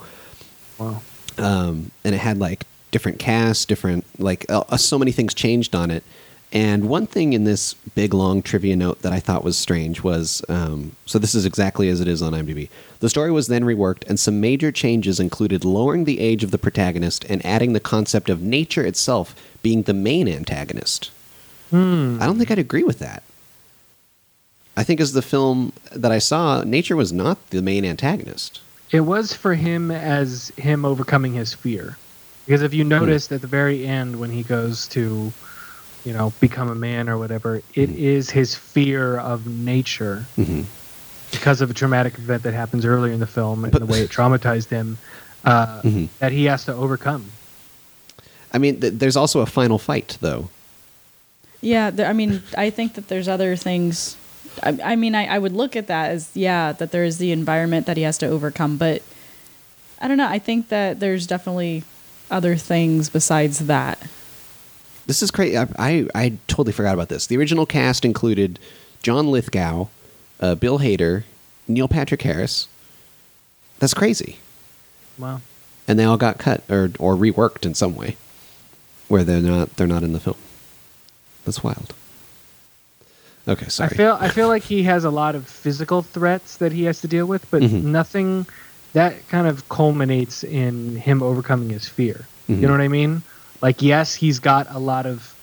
[SPEAKER 1] Wow.
[SPEAKER 2] um, and it had like different casts, different like uh, uh, so many things changed on it. And one thing in this big long trivia note that I thought was strange was um, so this is exactly as it is on IMDb. The story was then reworked, and some major changes included lowering the age of the protagonist and adding the concept of nature itself being the main antagonist.
[SPEAKER 1] Hmm.
[SPEAKER 2] I don't think I'd agree with that. I think as the film that I saw, nature was not the main antagonist.
[SPEAKER 1] It was for him as him overcoming his fear. Because if
[SPEAKER 2] Hmm.
[SPEAKER 1] you noticed at the very end when he goes to, you know, become a man or whatever, it is his fear of nature
[SPEAKER 2] Hmm. Mm-hmm.
[SPEAKER 1] because of a traumatic event that happens earlier in the film and
[SPEAKER 2] But-
[SPEAKER 1] the way it traumatized him uh,
[SPEAKER 2] Mhm.
[SPEAKER 1] that he has to overcome.
[SPEAKER 2] I mean, th- there's also a final fight, though.
[SPEAKER 3] Yeah, there, I mean, I think that there's other things. I, I mean, I, I would look at that as yeah, that there is the environment that he has to overcome, but I don't know. I think that there's definitely other things besides that.
[SPEAKER 2] This is crazy. I, I I totally forgot about this. The original cast included John Lithgow, uh, Bill Hader, Neil Patrick Harris. That's crazy.
[SPEAKER 1] Wow.
[SPEAKER 2] And they all got cut or or reworked in some way, where they're not they're not in the film. That's wild. Okay, sorry.
[SPEAKER 1] I feel I feel like he has a lot of physical threats that he has to deal with, but
[SPEAKER 2] Mhm.
[SPEAKER 1] nothing that kind of culminates in him overcoming his fear.
[SPEAKER 2] Mhm.
[SPEAKER 1] You know what I mean? Like yes, he's got a lot of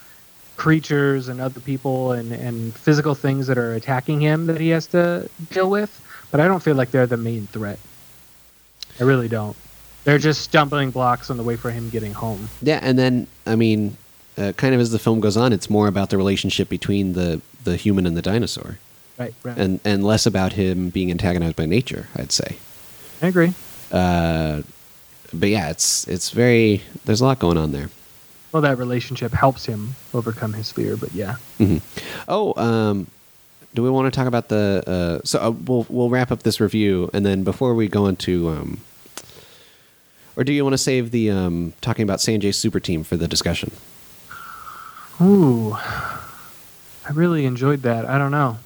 [SPEAKER 1] creatures and other people and, and physical things that are attacking him that he has to deal with, but I don't feel like they're the main threat. I really don't. They're just stumbling blocks on the way for him getting home.
[SPEAKER 2] Yeah, and then I mean, uh, kind of as the film goes on, it's more about the relationship between the the human and the dinosaur,
[SPEAKER 1] Right, right.
[SPEAKER 2] and and less about him being antagonized by nature. I'd say,
[SPEAKER 1] I agree.
[SPEAKER 2] but yeah, it's it's very there's a lot going on there.
[SPEAKER 1] Well, that relationship helps him overcome his fear, but yeah.
[SPEAKER 2] Oh, um, do we want to talk about the? Uh, so uh, we'll we'll wrap up this review, and then before we go into, um, or do you want to save the um, talking about Sanjay's super team for the discussion?
[SPEAKER 1] Ooh, I really enjoyed that. I don't know.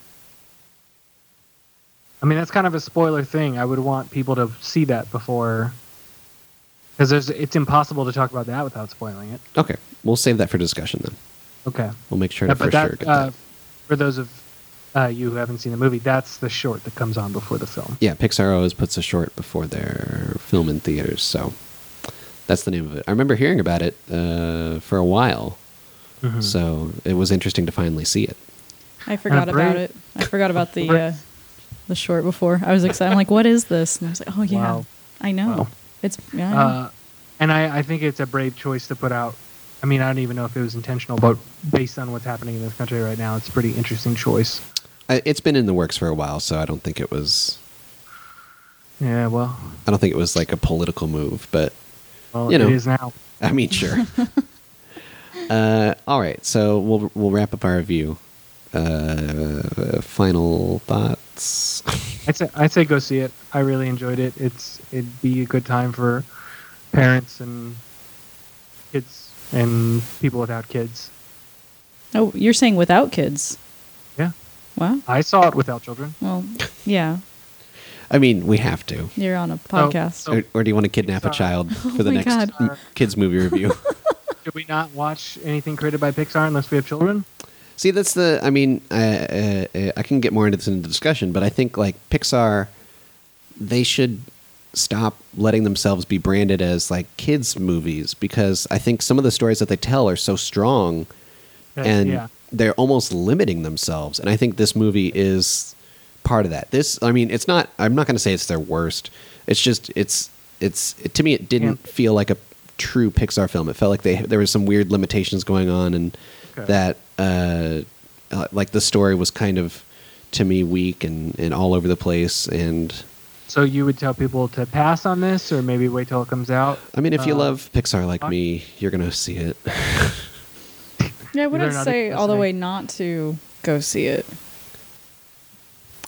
[SPEAKER 1] I mean, that's kind of a spoiler thing. I would want people to see that before, because there's it's impossible to talk about that without spoiling it.
[SPEAKER 2] Okay, we'll save that for discussion then.
[SPEAKER 1] Okay,
[SPEAKER 2] We'll make sure
[SPEAKER 1] Yeah,
[SPEAKER 2] to for sure get
[SPEAKER 1] uh,
[SPEAKER 2] that.
[SPEAKER 1] for those of uh, you who haven't seen the movie, that's the short that comes on before the film.
[SPEAKER 2] Yeah, Pixar always puts a short before their film in theaters, so that's the name of it. I remember hearing about it uh, for a while,
[SPEAKER 1] Mm-hmm.
[SPEAKER 2] so it was interesting to finally see it.
[SPEAKER 3] I forgot
[SPEAKER 1] a brain-
[SPEAKER 3] about it. I forgot about the
[SPEAKER 1] brain-
[SPEAKER 3] uh, the short before. I was excited. I'm like, what is this? And I was like, oh yeah,
[SPEAKER 1] Wow.
[SPEAKER 3] I know.
[SPEAKER 1] Wow.
[SPEAKER 3] It's yeah. I know.
[SPEAKER 1] Uh, and I, I think it's a brave choice to put out. I mean, I don't even know if it was intentional, but based on what's happening in this country right now, it's a pretty interesting choice.
[SPEAKER 2] I, it's been in the works for a while, so I don't think it was.
[SPEAKER 1] Yeah, well,
[SPEAKER 2] I don't think it was like a political move, but
[SPEAKER 1] well
[SPEAKER 2] You know.
[SPEAKER 1] it is now.
[SPEAKER 2] I mean, sure. uh, all right, so we'll we'll wrap up our review. Uh, final thoughts.
[SPEAKER 1] I'd say I'd say go see it. I really enjoyed it. It's it'd be a good time for parents and kids and people without kids.
[SPEAKER 3] oh, you're saying without kids?
[SPEAKER 1] Yeah,
[SPEAKER 3] Wow.
[SPEAKER 1] I saw it without children.
[SPEAKER 3] Well, yeah.
[SPEAKER 2] I mean, we have to.
[SPEAKER 3] You're
[SPEAKER 1] Oh,
[SPEAKER 3] on a podcast.
[SPEAKER 1] so-
[SPEAKER 2] Or, or do you want to kidnap a
[SPEAKER 1] Pixar.
[SPEAKER 2] child for the
[SPEAKER 3] Oh my
[SPEAKER 2] next
[SPEAKER 3] God.
[SPEAKER 2] m- kids movie review?
[SPEAKER 1] Should we not watch anything created by Pixar unless we have children?
[SPEAKER 2] See, that's the. I mean, uh, uh, uh, I can get more into this in the discussion, but I think like Pixar, they should stop letting themselves be branded as like kids movies because I think some of the stories that they tell are so strong,
[SPEAKER 1] Yes,
[SPEAKER 2] and
[SPEAKER 1] yeah.
[SPEAKER 2] they're almost limiting themselves. And I think this movie is part of that. This, I mean, it's not. I'm not going to say it's their worst. It's just it's it's it, to me it didn't
[SPEAKER 1] Yeah.
[SPEAKER 2] feel like a true Pixar film. It felt like they there was some weird limitations going on and
[SPEAKER 1] Okay.
[SPEAKER 2] that uh, uh, like the story was kind of to me weak and, and all over the place and
[SPEAKER 1] So you would tell people to pass on this, or maybe wait till it comes out.
[SPEAKER 2] i mean if you
[SPEAKER 1] Uh,
[SPEAKER 2] love pixar like me you're gonna see it
[SPEAKER 3] yeah, I
[SPEAKER 1] better
[SPEAKER 3] wouldn't
[SPEAKER 1] not
[SPEAKER 3] say
[SPEAKER 1] be
[SPEAKER 3] all the
[SPEAKER 1] listening.
[SPEAKER 3] way not to go see it.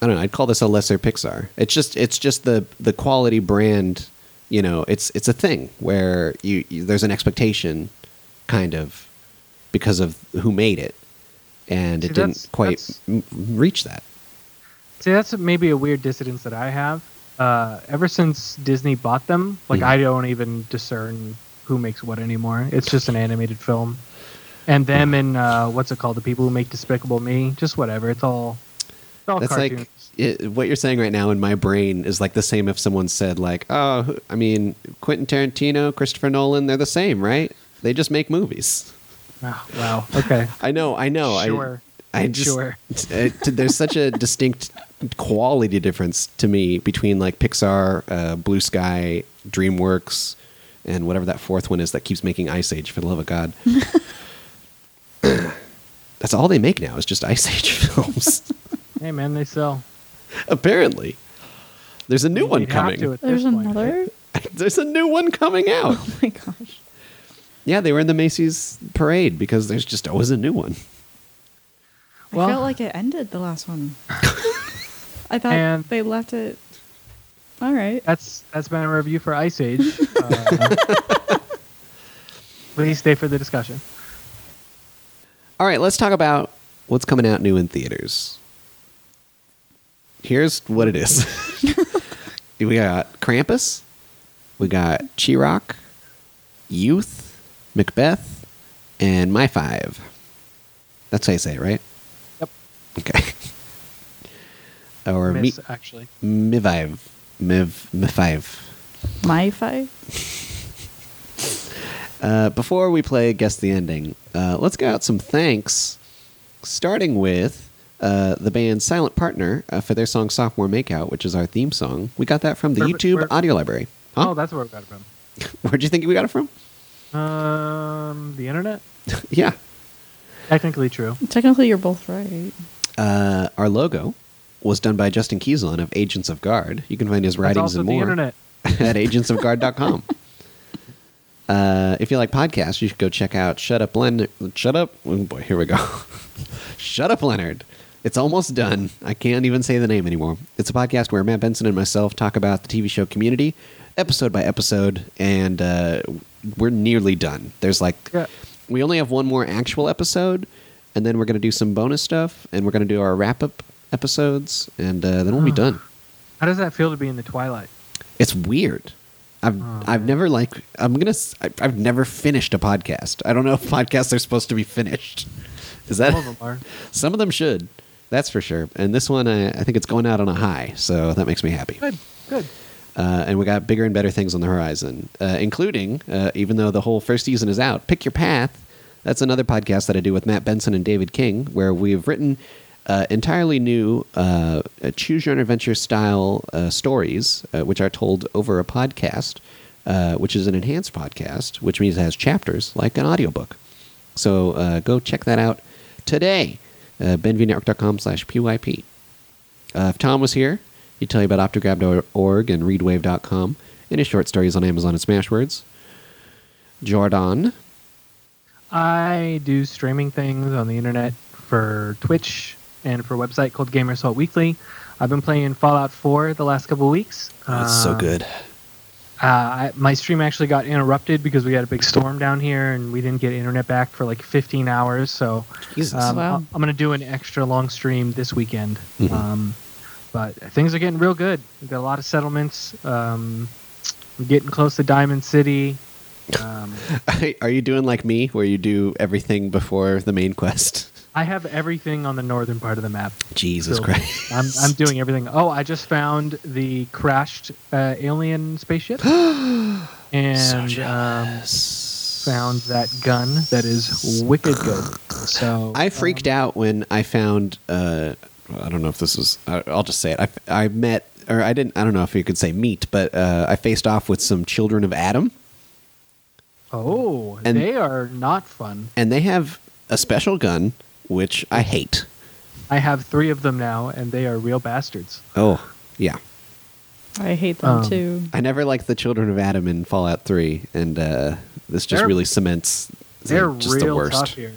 [SPEAKER 2] I don't know. I'd call this a lesser Pixar. It's just it's just the the quality brand. You know, it's it's a thing where you, you there's an expectation, kind of, because of who made it, and
[SPEAKER 1] See,
[SPEAKER 2] it didn't
[SPEAKER 1] that's-
[SPEAKER 2] quite
[SPEAKER 1] that's-
[SPEAKER 2] m- m- reach that.
[SPEAKER 1] See, that's maybe a weird dissidence that I have. Uh, ever since Disney bought them, like
[SPEAKER 2] Mhm.
[SPEAKER 1] I don't even discern who makes what anymore. It's just an animated film, and them and uh, what's it called? The people who make Despicable Me, just whatever. It's all, it's all
[SPEAKER 2] That's
[SPEAKER 1] cartoons.
[SPEAKER 2] like it, what you're saying right now in my brain is like the same if someone said like, oh, who- I mean, Quentin Tarantino, Christopher Nolan, they're the same, right? They just make movies.
[SPEAKER 1] Oh, wow. Okay.
[SPEAKER 2] I know, I know. I-
[SPEAKER 1] Sure.
[SPEAKER 2] I, just
[SPEAKER 1] Sure.
[SPEAKER 2] t- uh, t- there's such a distinct quality difference to me between like Pixar, uh, Blue Sky, DreamWorks, and whatever that fourth one is that keeps making Ice Age. For the love of God, that's all they make now is just Ice Age films.
[SPEAKER 1] Hey, man, they sell.
[SPEAKER 2] Apparently, there's a new one
[SPEAKER 1] They'd have to
[SPEAKER 2] coming.
[SPEAKER 1] at this
[SPEAKER 3] There's
[SPEAKER 1] point, right?
[SPEAKER 3] another.
[SPEAKER 2] there's a new one coming out.
[SPEAKER 3] Oh my gosh.
[SPEAKER 2] Yeah, they were in the Macy's parade because there's just always a new one.
[SPEAKER 1] Well-
[SPEAKER 3] I felt like it ended the last one. I thought
[SPEAKER 1] And-
[SPEAKER 3] they left it. All right.
[SPEAKER 1] That's that's been a review for Ice Age. Uh, please stay for the discussion.
[SPEAKER 2] All right, let's talk about what's coming out new in theaters. Here's what it is. we got Krampus, we got Chirock, Youth, Macbeth, and My Five. That's how you say it, right?
[SPEAKER 1] Yep.
[SPEAKER 2] Okay. or Mi-
[SPEAKER 1] Miss, actually.
[SPEAKER 2] Mivive. Miv, Mifive.
[SPEAKER 3] My five?
[SPEAKER 2] Uh, before we play Guess the Ending, uh, let's go out some thanks, starting with uh, the band Silent Partner uh, for their song Sophomore Makeout, which is our theme song. We got that from the
[SPEAKER 1] Where-
[SPEAKER 2] YouTube
[SPEAKER 1] where-
[SPEAKER 2] audio library. Huh?
[SPEAKER 1] Oh, that's where we got it from.
[SPEAKER 2] Where'd you think we got it from?
[SPEAKER 1] Um, the internet.
[SPEAKER 2] yeah.
[SPEAKER 1] Technically true.
[SPEAKER 3] Technically, you're both right.
[SPEAKER 2] Uh, our logo was done by Justin Kieselon of Agents of Guard. You can find his
[SPEAKER 1] That's
[SPEAKER 2] writings
[SPEAKER 1] also
[SPEAKER 2] and
[SPEAKER 1] the
[SPEAKER 2] more
[SPEAKER 1] internet.
[SPEAKER 2] at agentsofguard.com. Uh, if you like podcasts, you should go check out Shut Up Leonard. Shut Up. Oh boy, here we go. Shut Up Leonard. It's almost done. I can't even say the name anymore. It's a podcast where Matt Benson and myself talk about the TV show community episode by episode, and uh, we're nearly done. There's like,
[SPEAKER 1] Yeah.
[SPEAKER 2] we only have one more actual episode, and then we're going to do some bonus stuff, and we're going to do our wrap up episodes, and uh, then we'll be
[SPEAKER 1] Ah.
[SPEAKER 2] done.
[SPEAKER 1] How does that feel to be in the twilight?
[SPEAKER 2] It's weird. I've
[SPEAKER 1] Oh,
[SPEAKER 2] I've
[SPEAKER 1] man.
[SPEAKER 2] never like I'm gonna s- I- I've never finished a podcast. I don't know if podcasts are supposed to be finished. Is that
[SPEAKER 1] All of them are.
[SPEAKER 2] some of them should? That's for sure. And this one, I, I think it's going out on a high, so that makes me happy.
[SPEAKER 1] Good. Good.
[SPEAKER 2] Uh, and we got bigger and better things on the horizon, uh, including uh, even though the whole first season is out, pick your path. That's another podcast that I do with Matt Benson and David King, where we've written uh, entirely new uh, uh, choose your own adventure style uh, stories, uh, which are told over a podcast, uh, which is an enhanced podcast, which means it has chapters like an audiobook. So uh, go check that out today. Uh, BenVNetwork.com slash PYP. Uh, if Tom was here, he'd tell you about optograb.org and readwave.com and his short stories on Amazon and Smashwords. Jordan,
[SPEAKER 1] I do streaming things on the internet for Twitch and for a website called Gamer Assault Weekly. I've been playing Fallout 4 the last couple of weeks. Uh, Uh, I, my stream actually got interrupted because we had a big storm down here and we didn't get internet back for like 15 hours. So
[SPEAKER 2] Jesus.
[SPEAKER 1] um,
[SPEAKER 3] Wow.
[SPEAKER 1] I'll- I'm going to do an extra long stream this weekend.
[SPEAKER 2] Mhm.
[SPEAKER 1] Um, but things are getting real good. We've got a lot of settlements. Um, we're getting close to Diamond City. Um,
[SPEAKER 2] Are you doing like me, where you do everything before the main quest?
[SPEAKER 1] I have everything on the northern part of the map.
[SPEAKER 2] Jesus
[SPEAKER 1] So
[SPEAKER 2] Christ.
[SPEAKER 1] I'm, I'm doing everything. Oh, I just found the crashed uh, alien spaceship and um, found that gun that is wicked good. So
[SPEAKER 2] I
[SPEAKER 1] Um,
[SPEAKER 2] freaked out when I found. Uh, I don't know if this is. I- I'll just say it. I, I met, or I didn't. I don't know if you could say meet, but uh, I faced off with some children of Adam.
[SPEAKER 1] Oh,
[SPEAKER 2] And-
[SPEAKER 1] they are not fun.
[SPEAKER 2] and they have a special gun which I hate.
[SPEAKER 1] I have three of them now, and they are real bastards.
[SPEAKER 2] Oh, yeah.
[SPEAKER 3] I hate them
[SPEAKER 1] Um,
[SPEAKER 3] too.
[SPEAKER 2] I never liked the Children of Adam in Fallout Three, and uh, this just
[SPEAKER 1] They're-
[SPEAKER 2] really cements
[SPEAKER 1] They're
[SPEAKER 2] just
[SPEAKER 1] real
[SPEAKER 2] the
[SPEAKER 1] tough
[SPEAKER 2] worst.
[SPEAKER 1] here.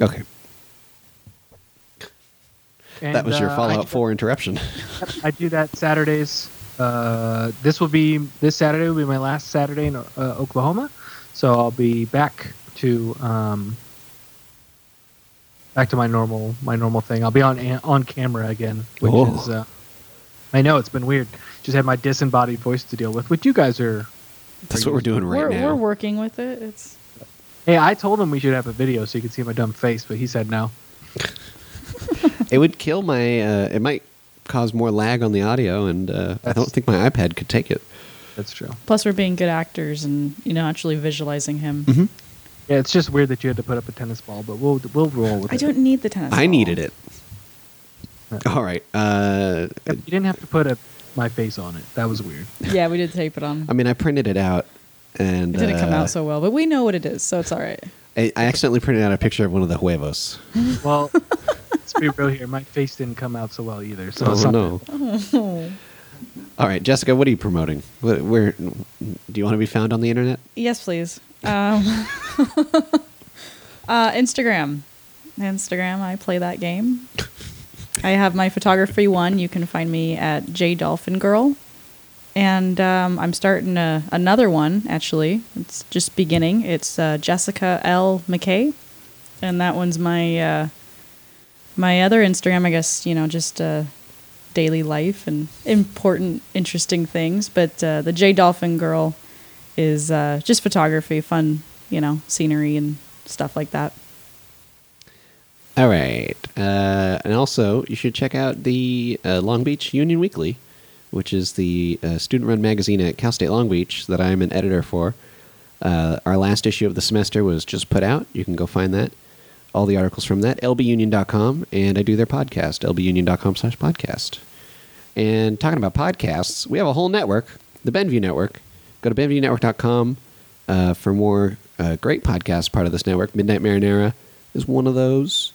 [SPEAKER 2] Okay,
[SPEAKER 1] And,
[SPEAKER 2] that was your
[SPEAKER 1] uh, I
[SPEAKER 2] Fallout
[SPEAKER 1] do-
[SPEAKER 2] Four interruption.
[SPEAKER 1] I do that Saturdays. Uh, this will be this Saturday will be my last Saturday in uh, Oklahoma, so I'll be back to um, back to my normal my normal thing. I'll be on on camera again, which
[SPEAKER 2] Oh.
[SPEAKER 1] is uh, I know it's been weird. Just had my disembodied voice to deal with, which you guys are.
[SPEAKER 2] That's what we're doing right
[SPEAKER 3] we're,
[SPEAKER 2] now.
[SPEAKER 3] we're working with it. It's
[SPEAKER 1] Hey, I told him we should have a video so you could see my dumb face, but he said no.
[SPEAKER 2] it would kill my. Uh, it might cause more lag on the audio, and uh, I don't
[SPEAKER 1] That's-
[SPEAKER 2] think my iPad could take it.
[SPEAKER 1] That's true.
[SPEAKER 3] plus we're being good actors and you know actually visualizing him.
[SPEAKER 2] Mm-hmm.
[SPEAKER 1] Yeah, it's just weird that you had to put up a tennis ball, but we'll we'll roll with
[SPEAKER 3] I
[SPEAKER 1] it.
[SPEAKER 3] don't need the tennis.
[SPEAKER 2] I
[SPEAKER 3] ball.
[SPEAKER 2] needed it. All right. Uh,
[SPEAKER 1] You didn't have to put a, my face on it. That was weird.
[SPEAKER 3] Yeah, we did tape it on.
[SPEAKER 2] I mean, I printed it out, and
[SPEAKER 3] it didn't come
[SPEAKER 2] uh,
[SPEAKER 3] out so well, but we know what it is, so it's all right.
[SPEAKER 2] I, I accidentally printed out a picture of one of the huevos.
[SPEAKER 1] Well, let's be real here. My face didn't come out so well either. So it's
[SPEAKER 2] oh
[SPEAKER 1] not-
[SPEAKER 2] no! All right, Jessica, what are you promoting? Wh- Where do you want to be found on the internet?
[SPEAKER 3] Yes, please. Um, uh, Instagram. Instagram, I play that game. I have my photography one. You can find me at J Dolphin Girl. And um, I'm starting a, another one, actually. It's just beginning. It's uh, Jessica L. McKay. and that one's my uh, my other Instagram. I guess you know just uh, daily life and important, interesting things. But uh, the J Dolphin Girl is uh, just photography, fun, you know, scenery and stuff like that.
[SPEAKER 2] All right. Uh, and also, you should check out the uh, Long Beach Union Weekly, which is the uh, student run magazine at Cal State Long Beach that I'm an editor for. Uh, our last issue of the semester was just put out. You can go find that. All the articles from that, lbunion.com, and I do their podcast, lbunion.com slash podcast. And talking about podcasts, we have a whole network, the Benview Network. Go to benviewnetwork.com uh, for more uh, great podcasts part of this network. Midnight Marinera is one of those.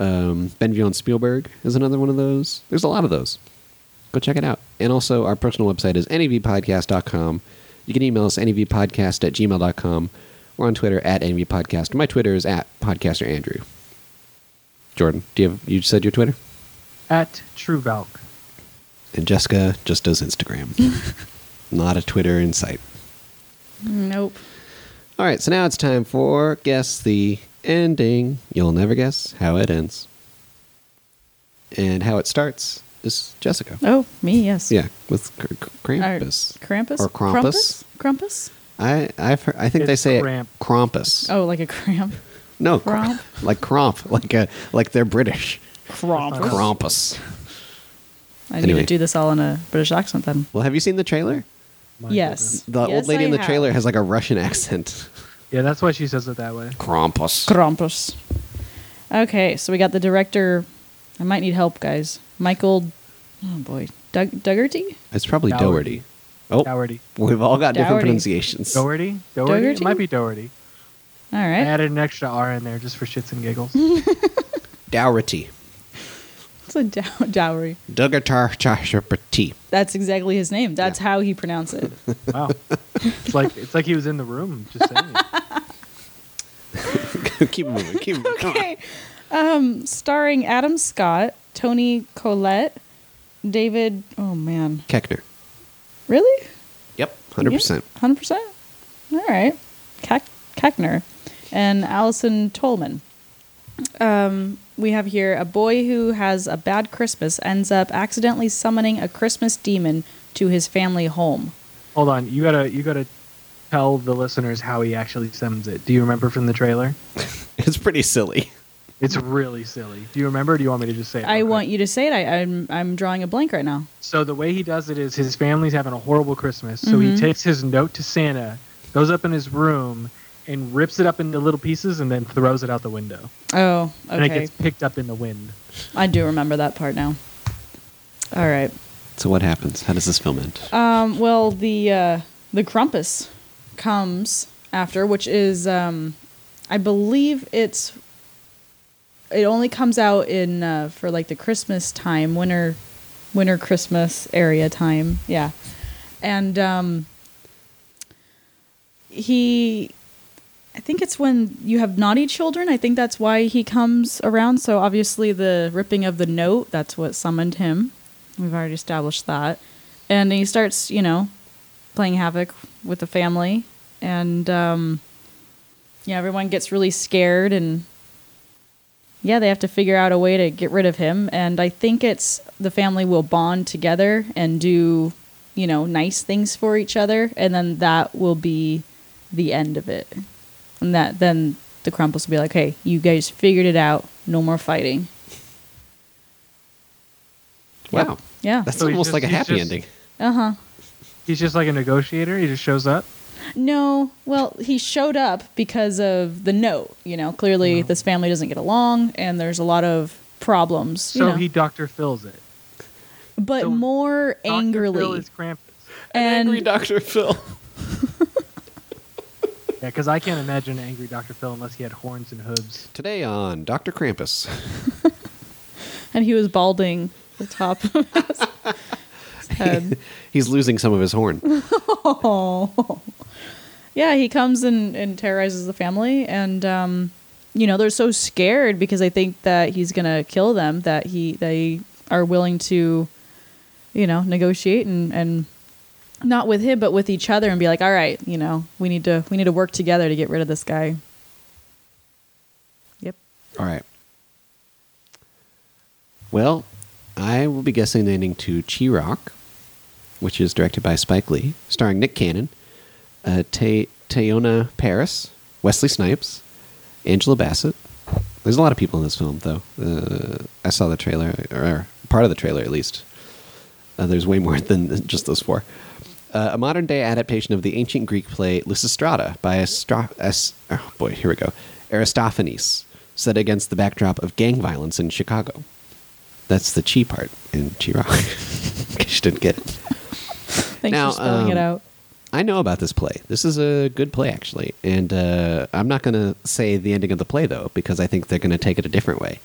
[SPEAKER 2] Um, Benview on Spielberg is another one of those. There's a lot of those. Go check it out. And also, our personal website is nevpodcast.com. You can email us nevpodcast at gmail.com. We're on Twitter at nevpodcast. My Twitter is at podcaster Andrew. Jordan, do you have, you said your Twitter?
[SPEAKER 1] At True Valk.
[SPEAKER 2] And Jessica just does Instagram. Not a Twitter in sight.
[SPEAKER 3] Nope.
[SPEAKER 2] All right, so now it's time for guess the ending. You'll never guess how it ends. And how it starts is Jessica.
[SPEAKER 3] Oh, me, yes.
[SPEAKER 2] Yeah, with Kr- Kr-
[SPEAKER 3] Or
[SPEAKER 2] Krampus.
[SPEAKER 3] Krampus?
[SPEAKER 2] Or Krampus.
[SPEAKER 3] Krampus? Krampus?
[SPEAKER 2] I I've heard, I think they
[SPEAKER 1] It's
[SPEAKER 2] say
[SPEAKER 1] Kramp.
[SPEAKER 2] it Krampus.
[SPEAKER 3] Oh, like a cramp.
[SPEAKER 2] no, cr-
[SPEAKER 3] Kramp.
[SPEAKER 2] like Kramp, like a like they're British.
[SPEAKER 3] Krampus.
[SPEAKER 2] Krampus.
[SPEAKER 3] I need
[SPEAKER 2] Anyway.
[SPEAKER 3] to do this all in a British accent then.
[SPEAKER 2] Well, have you seen the trailer?
[SPEAKER 1] My
[SPEAKER 3] Yes.
[SPEAKER 2] The
[SPEAKER 3] Yes,
[SPEAKER 2] old lady
[SPEAKER 3] I
[SPEAKER 2] in the
[SPEAKER 3] have.
[SPEAKER 2] trailer has like a Russian accent.
[SPEAKER 1] goodness. Yeah, that's why she says it that way.
[SPEAKER 2] Krampus.
[SPEAKER 3] Krampus. Okay, so we got the director. I might need help, guys. Michael, oh boy, Doug, Duggerty?
[SPEAKER 2] It's probably Doherty.
[SPEAKER 1] Dougherty.
[SPEAKER 2] Oh,
[SPEAKER 1] Dougherty.
[SPEAKER 2] we've all got different
[SPEAKER 3] Dougherty.
[SPEAKER 2] pronunciations.
[SPEAKER 1] Doherty? Doherty?
[SPEAKER 3] Doherty?
[SPEAKER 1] It might be Doherty.
[SPEAKER 3] All
[SPEAKER 1] I
[SPEAKER 3] right.
[SPEAKER 1] added an extra R in there just for shits and giggles.
[SPEAKER 2] Dougherty.
[SPEAKER 3] It's a dow- dowry.
[SPEAKER 2] Dougherty.
[SPEAKER 3] That's exactly his name. That's how he pronounced it.
[SPEAKER 1] Wow. it's like it's like he was in the room just saying it.
[SPEAKER 2] keep moving. Keep moving. Come on.
[SPEAKER 3] okay. Um, starring Adam Scott, Tony Collette, David. Oh man,
[SPEAKER 2] Keckner.
[SPEAKER 3] really?
[SPEAKER 2] Yep, hundred percent.
[SPEAKER 3] Hundred percent. All right. Kac- Kackner and Allison Tolman. Um, we have here a boy who has a bad Christmas ends up accidentally summoning a Christmas demon to his family home.
[SPEAKER 1] Hold on, you gotta you gotta tell the listeners how he actually summons it. Do you remember from the trailer?
[SPEAKER 2] It's pretty silly.
[SPEAKER 1] It's really silly. Do you remember or do you want me to just say it?
[SPEAKER 3] I want you to say it. I, I'm I'm drawing a blank right now.
[SPEAKER 1] So the way he does it is his family's having a horrible Christmas. So
[SPEAKER 3] Mm-hmm.
[SPEAKER 1] he takes his note to Santa, goes up in his room, and rips it up into little pieces and then throws it out the window.
[SPEAKER 3] Oh,
[SPEAKER 1] And it
[SPEAKER 3] okay.
[SPEAKER 1] gets picked up in the wind.
[SPEAKER 3] I do remember that part now. All right.
[SPEAKER 2] So what happens? How does this film end?
[SPEAKER 3] Um, well, the uh, the Krampus comes after, which is, um, I believe it's. It only comes out in uh, for like the Christmas time, winter, winter Christmas area time. Yeah, and um, he, I think it's when you have naughty children. I think that's why he comes around. So obviously, the ripping of the note that's what summoned him. We've already established that. And he starts, you know, playing havoc with the family. And, um, yeah, everyone gets really scared. And, yeah, they have to figure out a way to get rid of him. And I think it's the family will bond together and do, you know, nice things for each other. And then that will be the end of it. And that then the Crumples will be like, hey, you guys figured it out. No more fighting.
[SPEAKER 2] Wow,
[SPEAKER 3] Yeah.
[SPEAKER 2] that's
[SPEAKER 1] So he's
[SPEAKER 2] almost
[SPEAKER 1] just-
[SPEAKER 2] like a
[SPEAKER 1] he's
[SPEAKER 2] happy
[SPEAKER 1] just-
[SPEAKER 2] ending.
[SPEAKER 3] Uh huh.
[SPEAKER 1] He's just like a negotiator. He just shows up.
[SPEAKER 3] No, well, he showed up because of the note. You know, clearly
[SPEAKER 1] Mm-hmm.
[SPEAKER 3] this family doesn't get along, and there's a lot of problems.
[SPEAKER 1] So
[SPEAKER 3] you know.
[SPEAKER 1] he Dr. Phil's it.
[SPEAKER 3] but
[SPEAKER 1] so
[SPEAKER 3] more
[SPEAKER 1] Dr. Phil
[SPEAKER 3] angrily,
[SPEAKER 1] is Krampus.
[SPEAKER 3] and
[SPEAKER 2] Angry Doctor Phil.
[SPEAKER 1] Yeah, because I can't imagine an angry Dr. Phil unless he had horns and hooves.
[SPEAKER 2] Today on Doctor Krampus,
[SPEAKER 3] and he was balding the top of his head.
[SPEAKER 2] he's losing some of his horn.
[SPEAKER 3] Oh, yeah, he comes and and terrorizes the family, and um, you know they're so scared because they think that he's gonna kill them that he they are willing to, you know, negotiate and and not with him but with each other and be like, all right, you know, we need to we need to work together to get rid of this guy. Yep.
[SPEAKER 2] All right. Well, I will be guessing the ending to Chi Rock, which is directed by Spike Lee, starring Nick Cannon, uh, Te- Tayona Paris, Wesley Snipes, Angela Bassett. There's a lot of people in this film, though. Uh, I saw the trailer, or part of the trailer at least. Uh, there's way more than just those four. Uh, a modern day adaptation of the ancient Greek play Lysistrata by Astra- As- oh boy, here we go. Aristophanes, set against the backdrop of gang violence in Chicago. That's the chi part in Chi Rock. In case you didn't get it.
[SPEAKER 3] Thanks
[SPEAKER 2] Now,
[SPEAKER 3] for spelling
[SPEAKER 2] um,
[SPEAKER 3] it out.
[SPEAKER 2] I know about this play. This is a good play, actually. And uh, I'm not going to say the ending of the play, though, because I think they're going to take it a different way.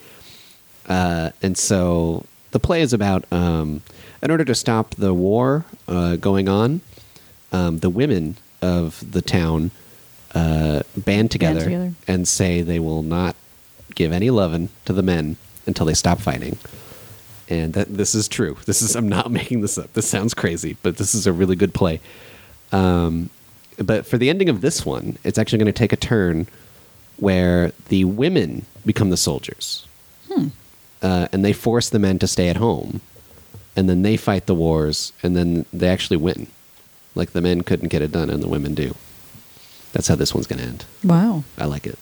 [SPEAKER 2] Uh, and so the play is about, um, in order to stop the war uh, going on, um, the women of the town uh, band, together
[SPEAKER 3] together.
[SPEAKER 2] and say they will not give any lovin' to the men until they stop fighting. And that, this is true. This is I'm not making this up. This sounds crazy, but this is a really good play. Um, but for the ending of this one, it's actually going to take a turn where the women become the soldiers, uh, and they force the men to stay at home, and then they fight the wars, and then they actually win. Like the men couldn't get it done, and the women do. That's how this one's going to end.
[SPEAKER 3] Wow.
[SPEAKER 2] I like it.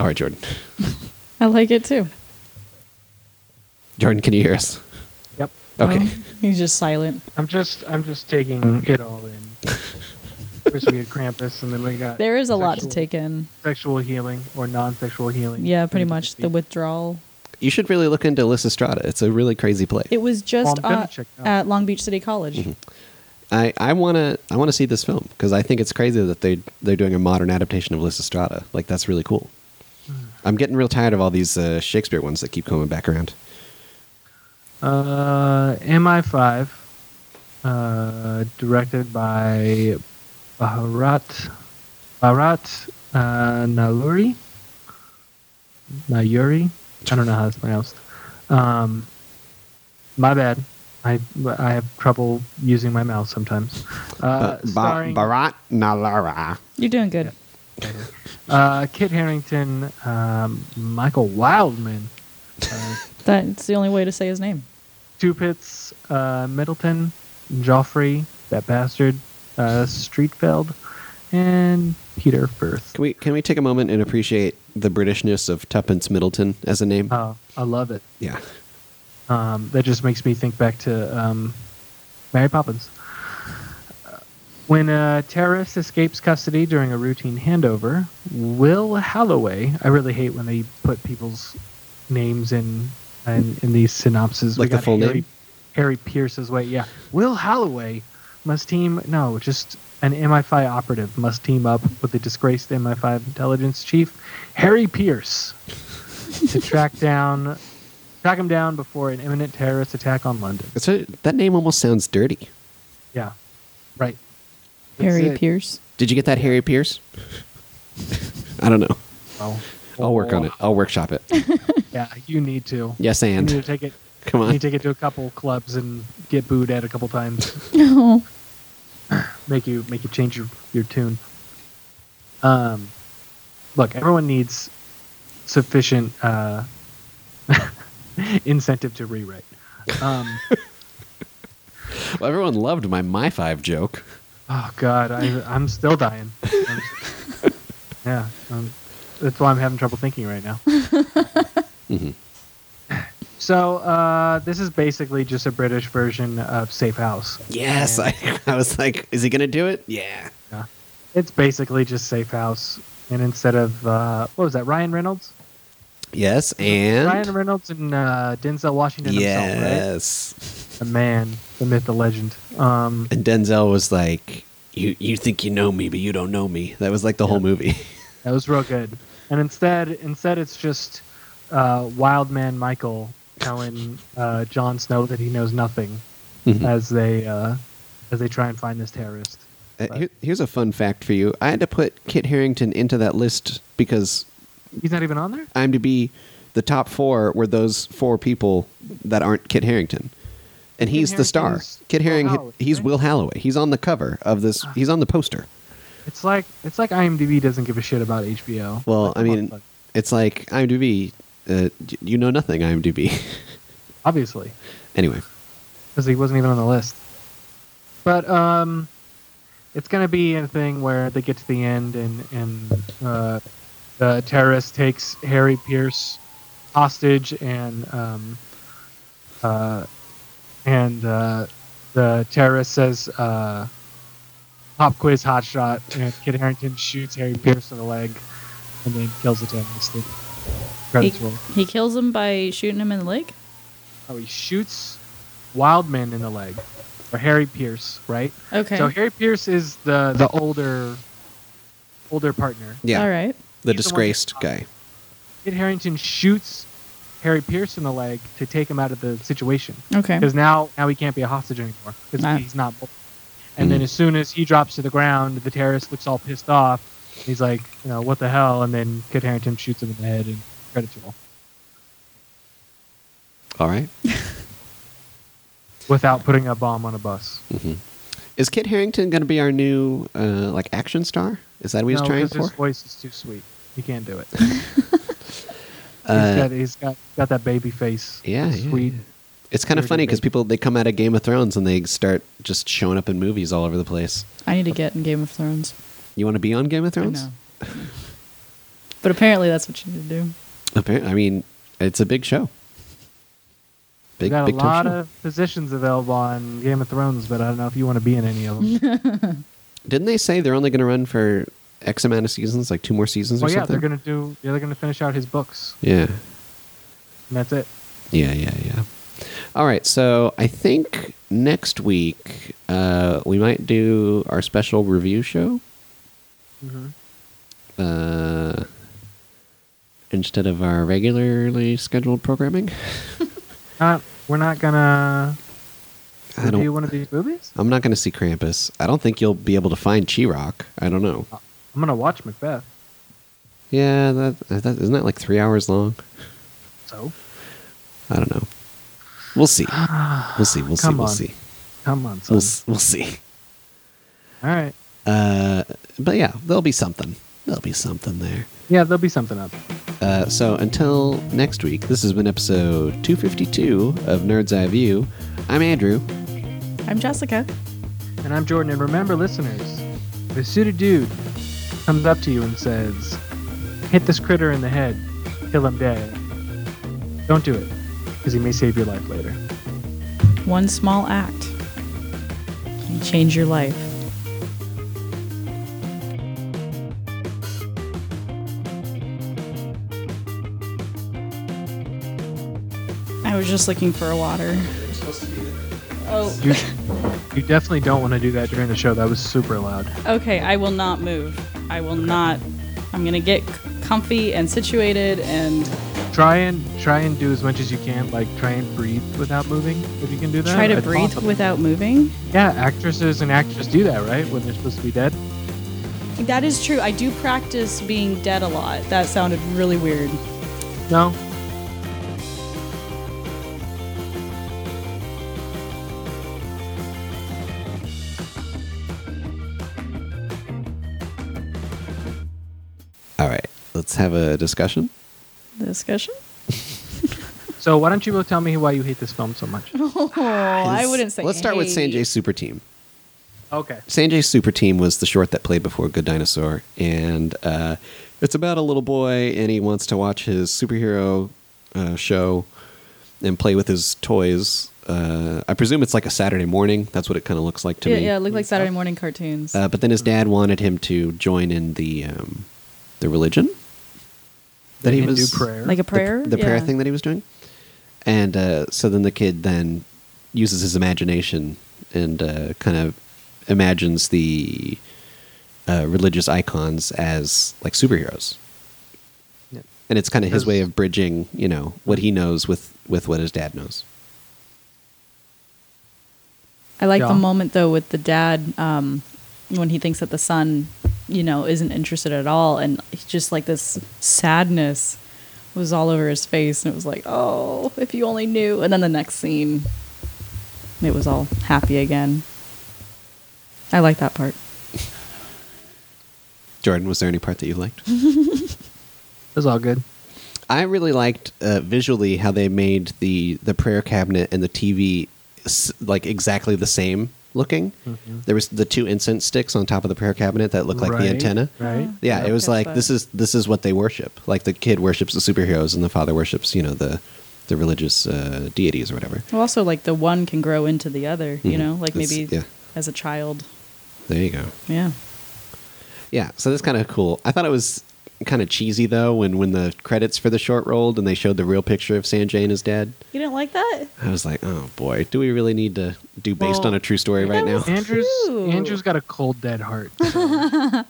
[SPEAKER 2] All right, Jordan.
[SPEAKER 3] I like it too.
[SPEAKER 2] Jordan, can you hear us?
[SPEAKER 1] Yep.
[SPEAKER 2] Okay.
[SPEAKER 3] Well, he's just silent.
[SPEAKER 1] I'm just I'm just taking it all in. First we had Krampus, and then we got
[SPEAKER 3] There is a lot to
[SPEAKER 1] sexual-
[SPEAKER 3] take in.
[SPEAKER 1] Sexual healing or non-sexual healing.
[SPEAKER 3] Yeah, pretty much the withdrawal.
[SPEAKER 2] You should really look into Lysistrata. It's a really crazy play.
[SPEAKER 3] It was
[SPEAKER 1] Well,
[SPEAKER 3] just
[SPEAKER 1] I'm gonna
[SPEAKER 3] uh,
[SPEAKER 1] check it out.
[SPEAKER 3] at Long Beach City College.
[SPEAKER 2] I, I wanna I wanna see this film because I think it's crazy that they they're doing a modern adaptation of Lysistrata. Like that's really cool. I'm getting real tired of all these uh, Shakespeare ones that keep coming back around.
[SPEAKER 1] Uh, MI5, uh, directed by Bharat Bharat uh, Naluri. Nayuri. I don't know how it's pronounced. Um, my bad. I I have trouble using my mouth sometimes. Uh,
[SPEAKER 2] Uh, Ba-
[SPEAKER 1] starring-
[SPEAKER 2] Bharat Nalara.
[SPEAKER 3] You're doing good.
[SPEAKER 1] Uh, Kit Harrington, um, Michael Wildman, uh,
[SPEAKER 3] That's the only way to say his name.
[SPEAKER 1] Stupitz, uh, Middleton, Joffrey, that bastard, uh, Streetfeld, and Peter Firth.
[SPEAKER 2] Can we can we take a moment and appreciate the Britishness of Tuppence Middleton as a name?
[SPEAKER 1] Oh, I love it.
[SPEAKER 2] yeah.
[SPEAKER 1] Um, that just makes me think back to um, Mary Poppins. When a terrorist escapes custody during a routine handover, Will Holloway. I really hate when they put people's names in in, in these synopses.
[SPEAKER 2] Like the full
[SPEAKER 1] Harry,
[SPEAKER 2] name?
[SPEAKER 1] Harry Pierce's way. Yeah, Will Holloway must team. No, just an MI5 operative must team up with the disgraced MI5 intelligence chief, Harry Pierce, to track down track him down before an imminent terrorist attack on London.
[SPEAKER 2] So that name almost sounds dirty.
[SPEAKER 1] Yeah, right.
[SPEAKER 3] Harry
[SPEAKER 1] it.
[SPEAKER 3] Pierce.
[SPEAKER 2] Did you get that Harry Pierce? I don't know.
[SPEAKER 1] Well,
[SPEAKER 2] I'll work on it. I'll workshop it.
[SPEAKER 1] Yeah, you need to.
[SPEAKER 2] Yes,
[SPEAKER 1] You need to
[SPEAKER 2] and
[SPEAKER 1] take it.
[SPEAKER 2] come
[SPEAKER 1] You
[SPEAKER 2] on.
[SPEAKER 1] need to take it to a couple clubs and get booed at a couple times.
[SPEAKER 3] No.
[SPEAKER 1] make you make you change your, your tune. Um, look, everyone needs sufficient uh, incentive to rewrite. Um,
[SPEAKER 2] Well, everyone loved my my five joke.
[SPEAKER 1] Oh God, I, I'm still dying. I'm- yeah, um, that's why I'm having trouble thinking right now.
[SPEAKER 2] Mm-hmm.
[SPEAKER 1] So uh, this is basically just a British version of Safe House.
[SPEAKER 2] Yes, I, I was like, is he gonna do it? Yeah.
[SPEAKER 1] Yeah. It's basically just Safe House, and instead of uh, what was that, Ryan Reynolds?
[SPEAKER 2] Yes, and
[SPEAKER 1] Ryan Reynolds and uh, Denzel Washington himself, right?
[SPEAKER 2] yes.
[SPEAKER 1] The man, the myth, the legend. Um,
[SPEAKER 2] And Denzel was like, you you think you know me, but you don't know me. That was like the whole movie.
[SPEAKER 1] That was real good. And instead, instead, it's just uh, Wild Man Michael telling uh, Jon Snow that he knows nothing
[SPEAKER 2] Mm-hmm.
[SPEAKER 1] as they uh, as they try and find this terrorist.
[SPEAKER 2] Uh,
[SPEAKER 1] But
[SPEAKER 2] here- here's a fun fact for you. I had to put Kit Harrington into that list because
[SPEAKER 1] he's not even on there.
[SPEAKER 2] I'm to be the top four were those four people that aren't Kit Harrington. And
[SPEAKER 1] Kit
[SPEAKER 2] he's the star.
[SPEAKER 1] Harington's
[SPEAKER 2] Kit
[SPEAKER 1] Will
[SPEAKER 2] Harrington,
[SPEAKER 1] Holloway,
[SPEAKER 2] he's
[SPEAKER 1] right? Ah.
[SPEAKER 2] Will Halloway. He's on the cover of this. He's on the poster.
[SPEAKER 1] It's like it's like IMDb doesn't give a shit about HBO.
[SPEAKER 2] Well,
[SPEAKER 1] Like,
[SPEAKER 2] I mean,
[SPEAKER 1] fuck.
[SPEAKER 2] It's like IMDb. Uh, d- you know nothing, IMDb.
[SPEAKER 1] obviously,
[SPEAKER 2] anyway,
[SPEAKER 1] because he wasn't even on the list. But um, it's gonna be a thing where they get to the end and and uh, the terrorist takes Harry Pierce hostage and um, uh, and uh, the terrorist says uh, pop quiz hot shot and Kid Harrington shoots Harry Pierce in the leg and then kills the terrorist.
[SPEAKER 3] He,
[SPEAKER 1] Credits roll.
[SPEAKER 3] he kills him by shooting him in the leg.
[SPEAKER 1] Oh, he shoots Wildman in the leg, or Harry Pierce, right?
[SPEAKER 3] Okay.
[SPEAKER 1] So Harry Pierce is the the older older partner.
[SPEAKER 2] yeah,
[SPEAKER 3] All right.
[SPEAKER 2] the
[SPEAKER 1] He's the one-
[SPEAKER 2] disgraced guy.
[SPEAKER 1] Kid Harrington shoots Harry Pierce in the leg to take him out of the situation
[SPEAKER 3] Okay.
[SPEAKER 1] because now now he can't be a hostage anymore because
[SPEAKER 3] Nah. Mm-hmm.
[SPEAKER 1] he's not. And then
[SPEAKER 2] Mm.
[SPEAKER 1] as soon as he drops to the ground, the terrorist looks all pissed off. He's like, you know, what the hell? And then Kid Harrington shoots him in the head and credits roll
[SPEAKER 2] All right.
[SPEAKER 1] without putting a bomb on a bus.
[SPEAKER 2] Is Kit Harrington going to be our new uh, like action star? Is that what he's
[SPEAKER 1] no,
[SPEAKER 2] trying
[SPEAKER 1] 'cause
[SPEAKER 2] for?
[SPEAKER 1] his voice is too sweet. He can't do it.
[SPEAKER 2] Uh,
[SPEAKER 1] he's got he's got, got that baby face.
[SPEAKER 2] Yeah,
[SPEAKER 1] He's
[SPEAKER 2] yeah,
[SPEAKER 1] sweet.
[SPEAKER 2] yeah. It's kind of
[SPEAKER 1] Weird
[SPEAKER 2] funny because
[SPEAKER 1] baby.
[SPEAKER 2] people they come out of Game of Thrones and they start just showing up in movies all over the place.
[SPEAKER 3] I need to get in Game of Thrones.
[SPEAKER 2] You want to be on Game of
[SPEAKER 3] I
[SPEAKER 2] Thrones?
[SPEAKER 3] know. but apparently that's what you need to do.
[SPEAKER 2] Apparently, I mean, it's a big show.
[SPEAKER 1] We
[SPEAKER 2] Big,
[SPEAKER 1] got a
[SPEAKER 2] big time
[SPEAKER 1] lot
[SPEAKER 2] show.
[SPEAKER 1] of positions available on Game of Thrones, but I don't know if you want to be in any of them.
[SPEAKER 2] Didn't they say they're only going to run for X amount of seasons, like two more seasons
[SPEAKER 1] well,
[SPEAKER 2] or
[SPEAKER 1] Oh, yeah,
[SPEAKER 2] something?
[SPEAKER 1] they're gonna do. Yeah, they're gonna finish out his books,
[SPEAKER 2] yeah,
[SPEAKER 1] and that's it.
[SPEAKER 2] yeah, yeah, yeah. All right, so I think next week uh, we might do our special review show
[SPEAKER 1] hmm
[SPEAKER 2] Mm-hmm. uh, instead of our regularly scheduled programming.
[SPEAKER 1] Not, we're not gonna
[SPEAKER 2] I don't-
[SPEAKER 1] review one of these movies.
[SPEAKER 2] I'm not going to see Krampus. I don't think you'll be able to find Chiroc. I don't know.
[SPEAKER 1] I'm gonna watch Macbeth.
[SPEAKER 2] Yeah, that, that isn't that like three hours long.
[SPEAKER 1] So
[SPEAKER 2] I don't know. We'll see. We'll see. We'll see.
[SPEAKER 1] Come
[SPEAKER 2] We'll
[SPEAKER 1] on,
[SPEAKER 2] see.
[SPEAKER 1] come on, son.
[SPEAKER 2] We'll, s- we'll see.
[SPEAKER 1] All right.
[SPEAKER 2] Uh, but yeah, there'll be something. There'll be something there.
[SPEAKER 1] Yeah, there'll be something up.
[SPEAKER 2] Uh, so until next week, this has been episode 252 of Nerd's Eye View. I'm Andrew.
[SPEAKER 3] I'm Jessica.
[SPEAKER 1] And I'm Jordan, and remember, listeners, if a suited dude comes up to you and says, hit this critter in the head, kill him dead, don't do it, because he may save your life later.
[SPEAKER 3] One small act can change your life. I was just looking for a water. Oh,
[SPEAKER 1] You, you definitely don't want to do that during the show. That was super loud.
[SPEAKER 3] okay. I will not move. I will not. I'm gonna get c- comfy and situated and
[SPEAKER 1] Try and try and do as much as you can. Like try and breathe without moving. If you can do that,
[SPEAKER 3] try to
[SPEAKER 1] It's
[SPEAKER 3] breathe
[SPEAKER 1] possible.
[SPEAKER 3] without moving.
[SPEAKER 1] Yeah, actresses and actors do that, right? When they're supposed to be dead.
[SPEAKER 3] That is true. I do practice being dead a lot. That sounded really weird.
[SPEAKER 1] No,
[SPEAKER 2] All right, let's have a discussion.
[SPEAKER 3] Discussion?
[SPEAKER 1] so why don't you both tell me why you hate this film so much?
[SPEAKER 3] Oh, I wouldn't say.
[SPEAKER 2] Let's start with
[SPEAKER 3] hate.
[SPEAKER 2] Sanjay Super Team.
[SPEAKER 1] Okay.
[SPEAKER 2] Sanjay's Super Team was the short that played before Good Dinosaur, and uh, it's about a little boy and he wants to watch his superhero uh, show and play with his toys. Uh, I presume it's like a Saturday morning. That's what it kind of looks like to
[SPEAKER 3] yeah, Mm-hmm.
[SPEAKER 2] me.
[SPEAKER 3] yeah, it looked like Saturday morning cartoons.
[SPEAKER 2] Uh, but then his dad wanted him to join in the um, the religion that he
[SPEAKER 1] Hindu
[SPEAKER 2] was
[SPEAKER 1] prayer.
[SPEAKER 3] like a prayer.
[SPEAKER 2] the, the prayer
[SPEAKER 3] Yeah.
[SPEAKER 2] thing that he was doing. And uh, so then the kid then uses his imagination and uh, kind of imagines the uh, religious icons as like superheroes.
[SPEAKER 1] Yeah.
[SPEAKER 2] And it's kind of his
[SPEAKER 1] Because-
[SPEAKER 2] way of bridging, you know, what he knows with, with what his dad knows.
[SPEAKER 3] I like
[SPEAKER 1] Yeah.
[SPEAKER 3] the moment though with the dad um, when he thinks that the son, you know, isn't interested at all, and he's just like this sadness was all over his face, and it was like, oh, if you only knew. And then the next scene, it was all happy again. I like that part.
[SPEAKER 2] Jordan, was there any part that you liked?
[SPEAKER 1] was all good.
[SPEAKER 2] I really liked uh, visually how they made the the prayer cabinet and the TV s- like exactly the same looking. There was the two incense sticks on top of the prayer cabinet that looked like
[SPEAKER 1] Right,
[SPEAKER 2] the antenna.
[SPEAKER 1] Right.
[SPEAKER 2] Yeah, it was
[SPEAKER 3] That's
[SPEAKER 2] like
[SPEAKER 3] what-
[SPEAKER 2] this is this is what they worship. Like the kid worships the superheroes and the father worships, you know, the the religious uh, deities or whatever.
[SPEAKER 3] Well, also like the one can grow into the other, you
[SPEAKER 2] Mhm.
[SPEAKER 3] know, like
[SPEAKER 2] That's-
[SPEAKER 3] maybe
[SPEAKER 2] yeah.
[SPEAKER 3] as a child.
[SPEAKER 2] There you go.
[SPEAKER 3] Yeah.
[SPEAKER 2] Yeah, so that's kind of cool. I thought it was kind of cheesy though when when the credits for the short rolled and they showed the real picture of Sanjay and his dad.
[SPEAKER 3] You didn't like that?
[SPEAKER 2] I was like, oh boy, do we really need to do based
[SPEAKER 1] Well,
[SPEAKER 2] on a true story right
[SPEAKER 3] that
[SPEAKER 2] now?
[SPEAKER 3] was-
[SPEAKER 1] Andrew's
[SPEAKER 3] True.
[SPEAKER 1] Andrew's got a cold dead heart. so-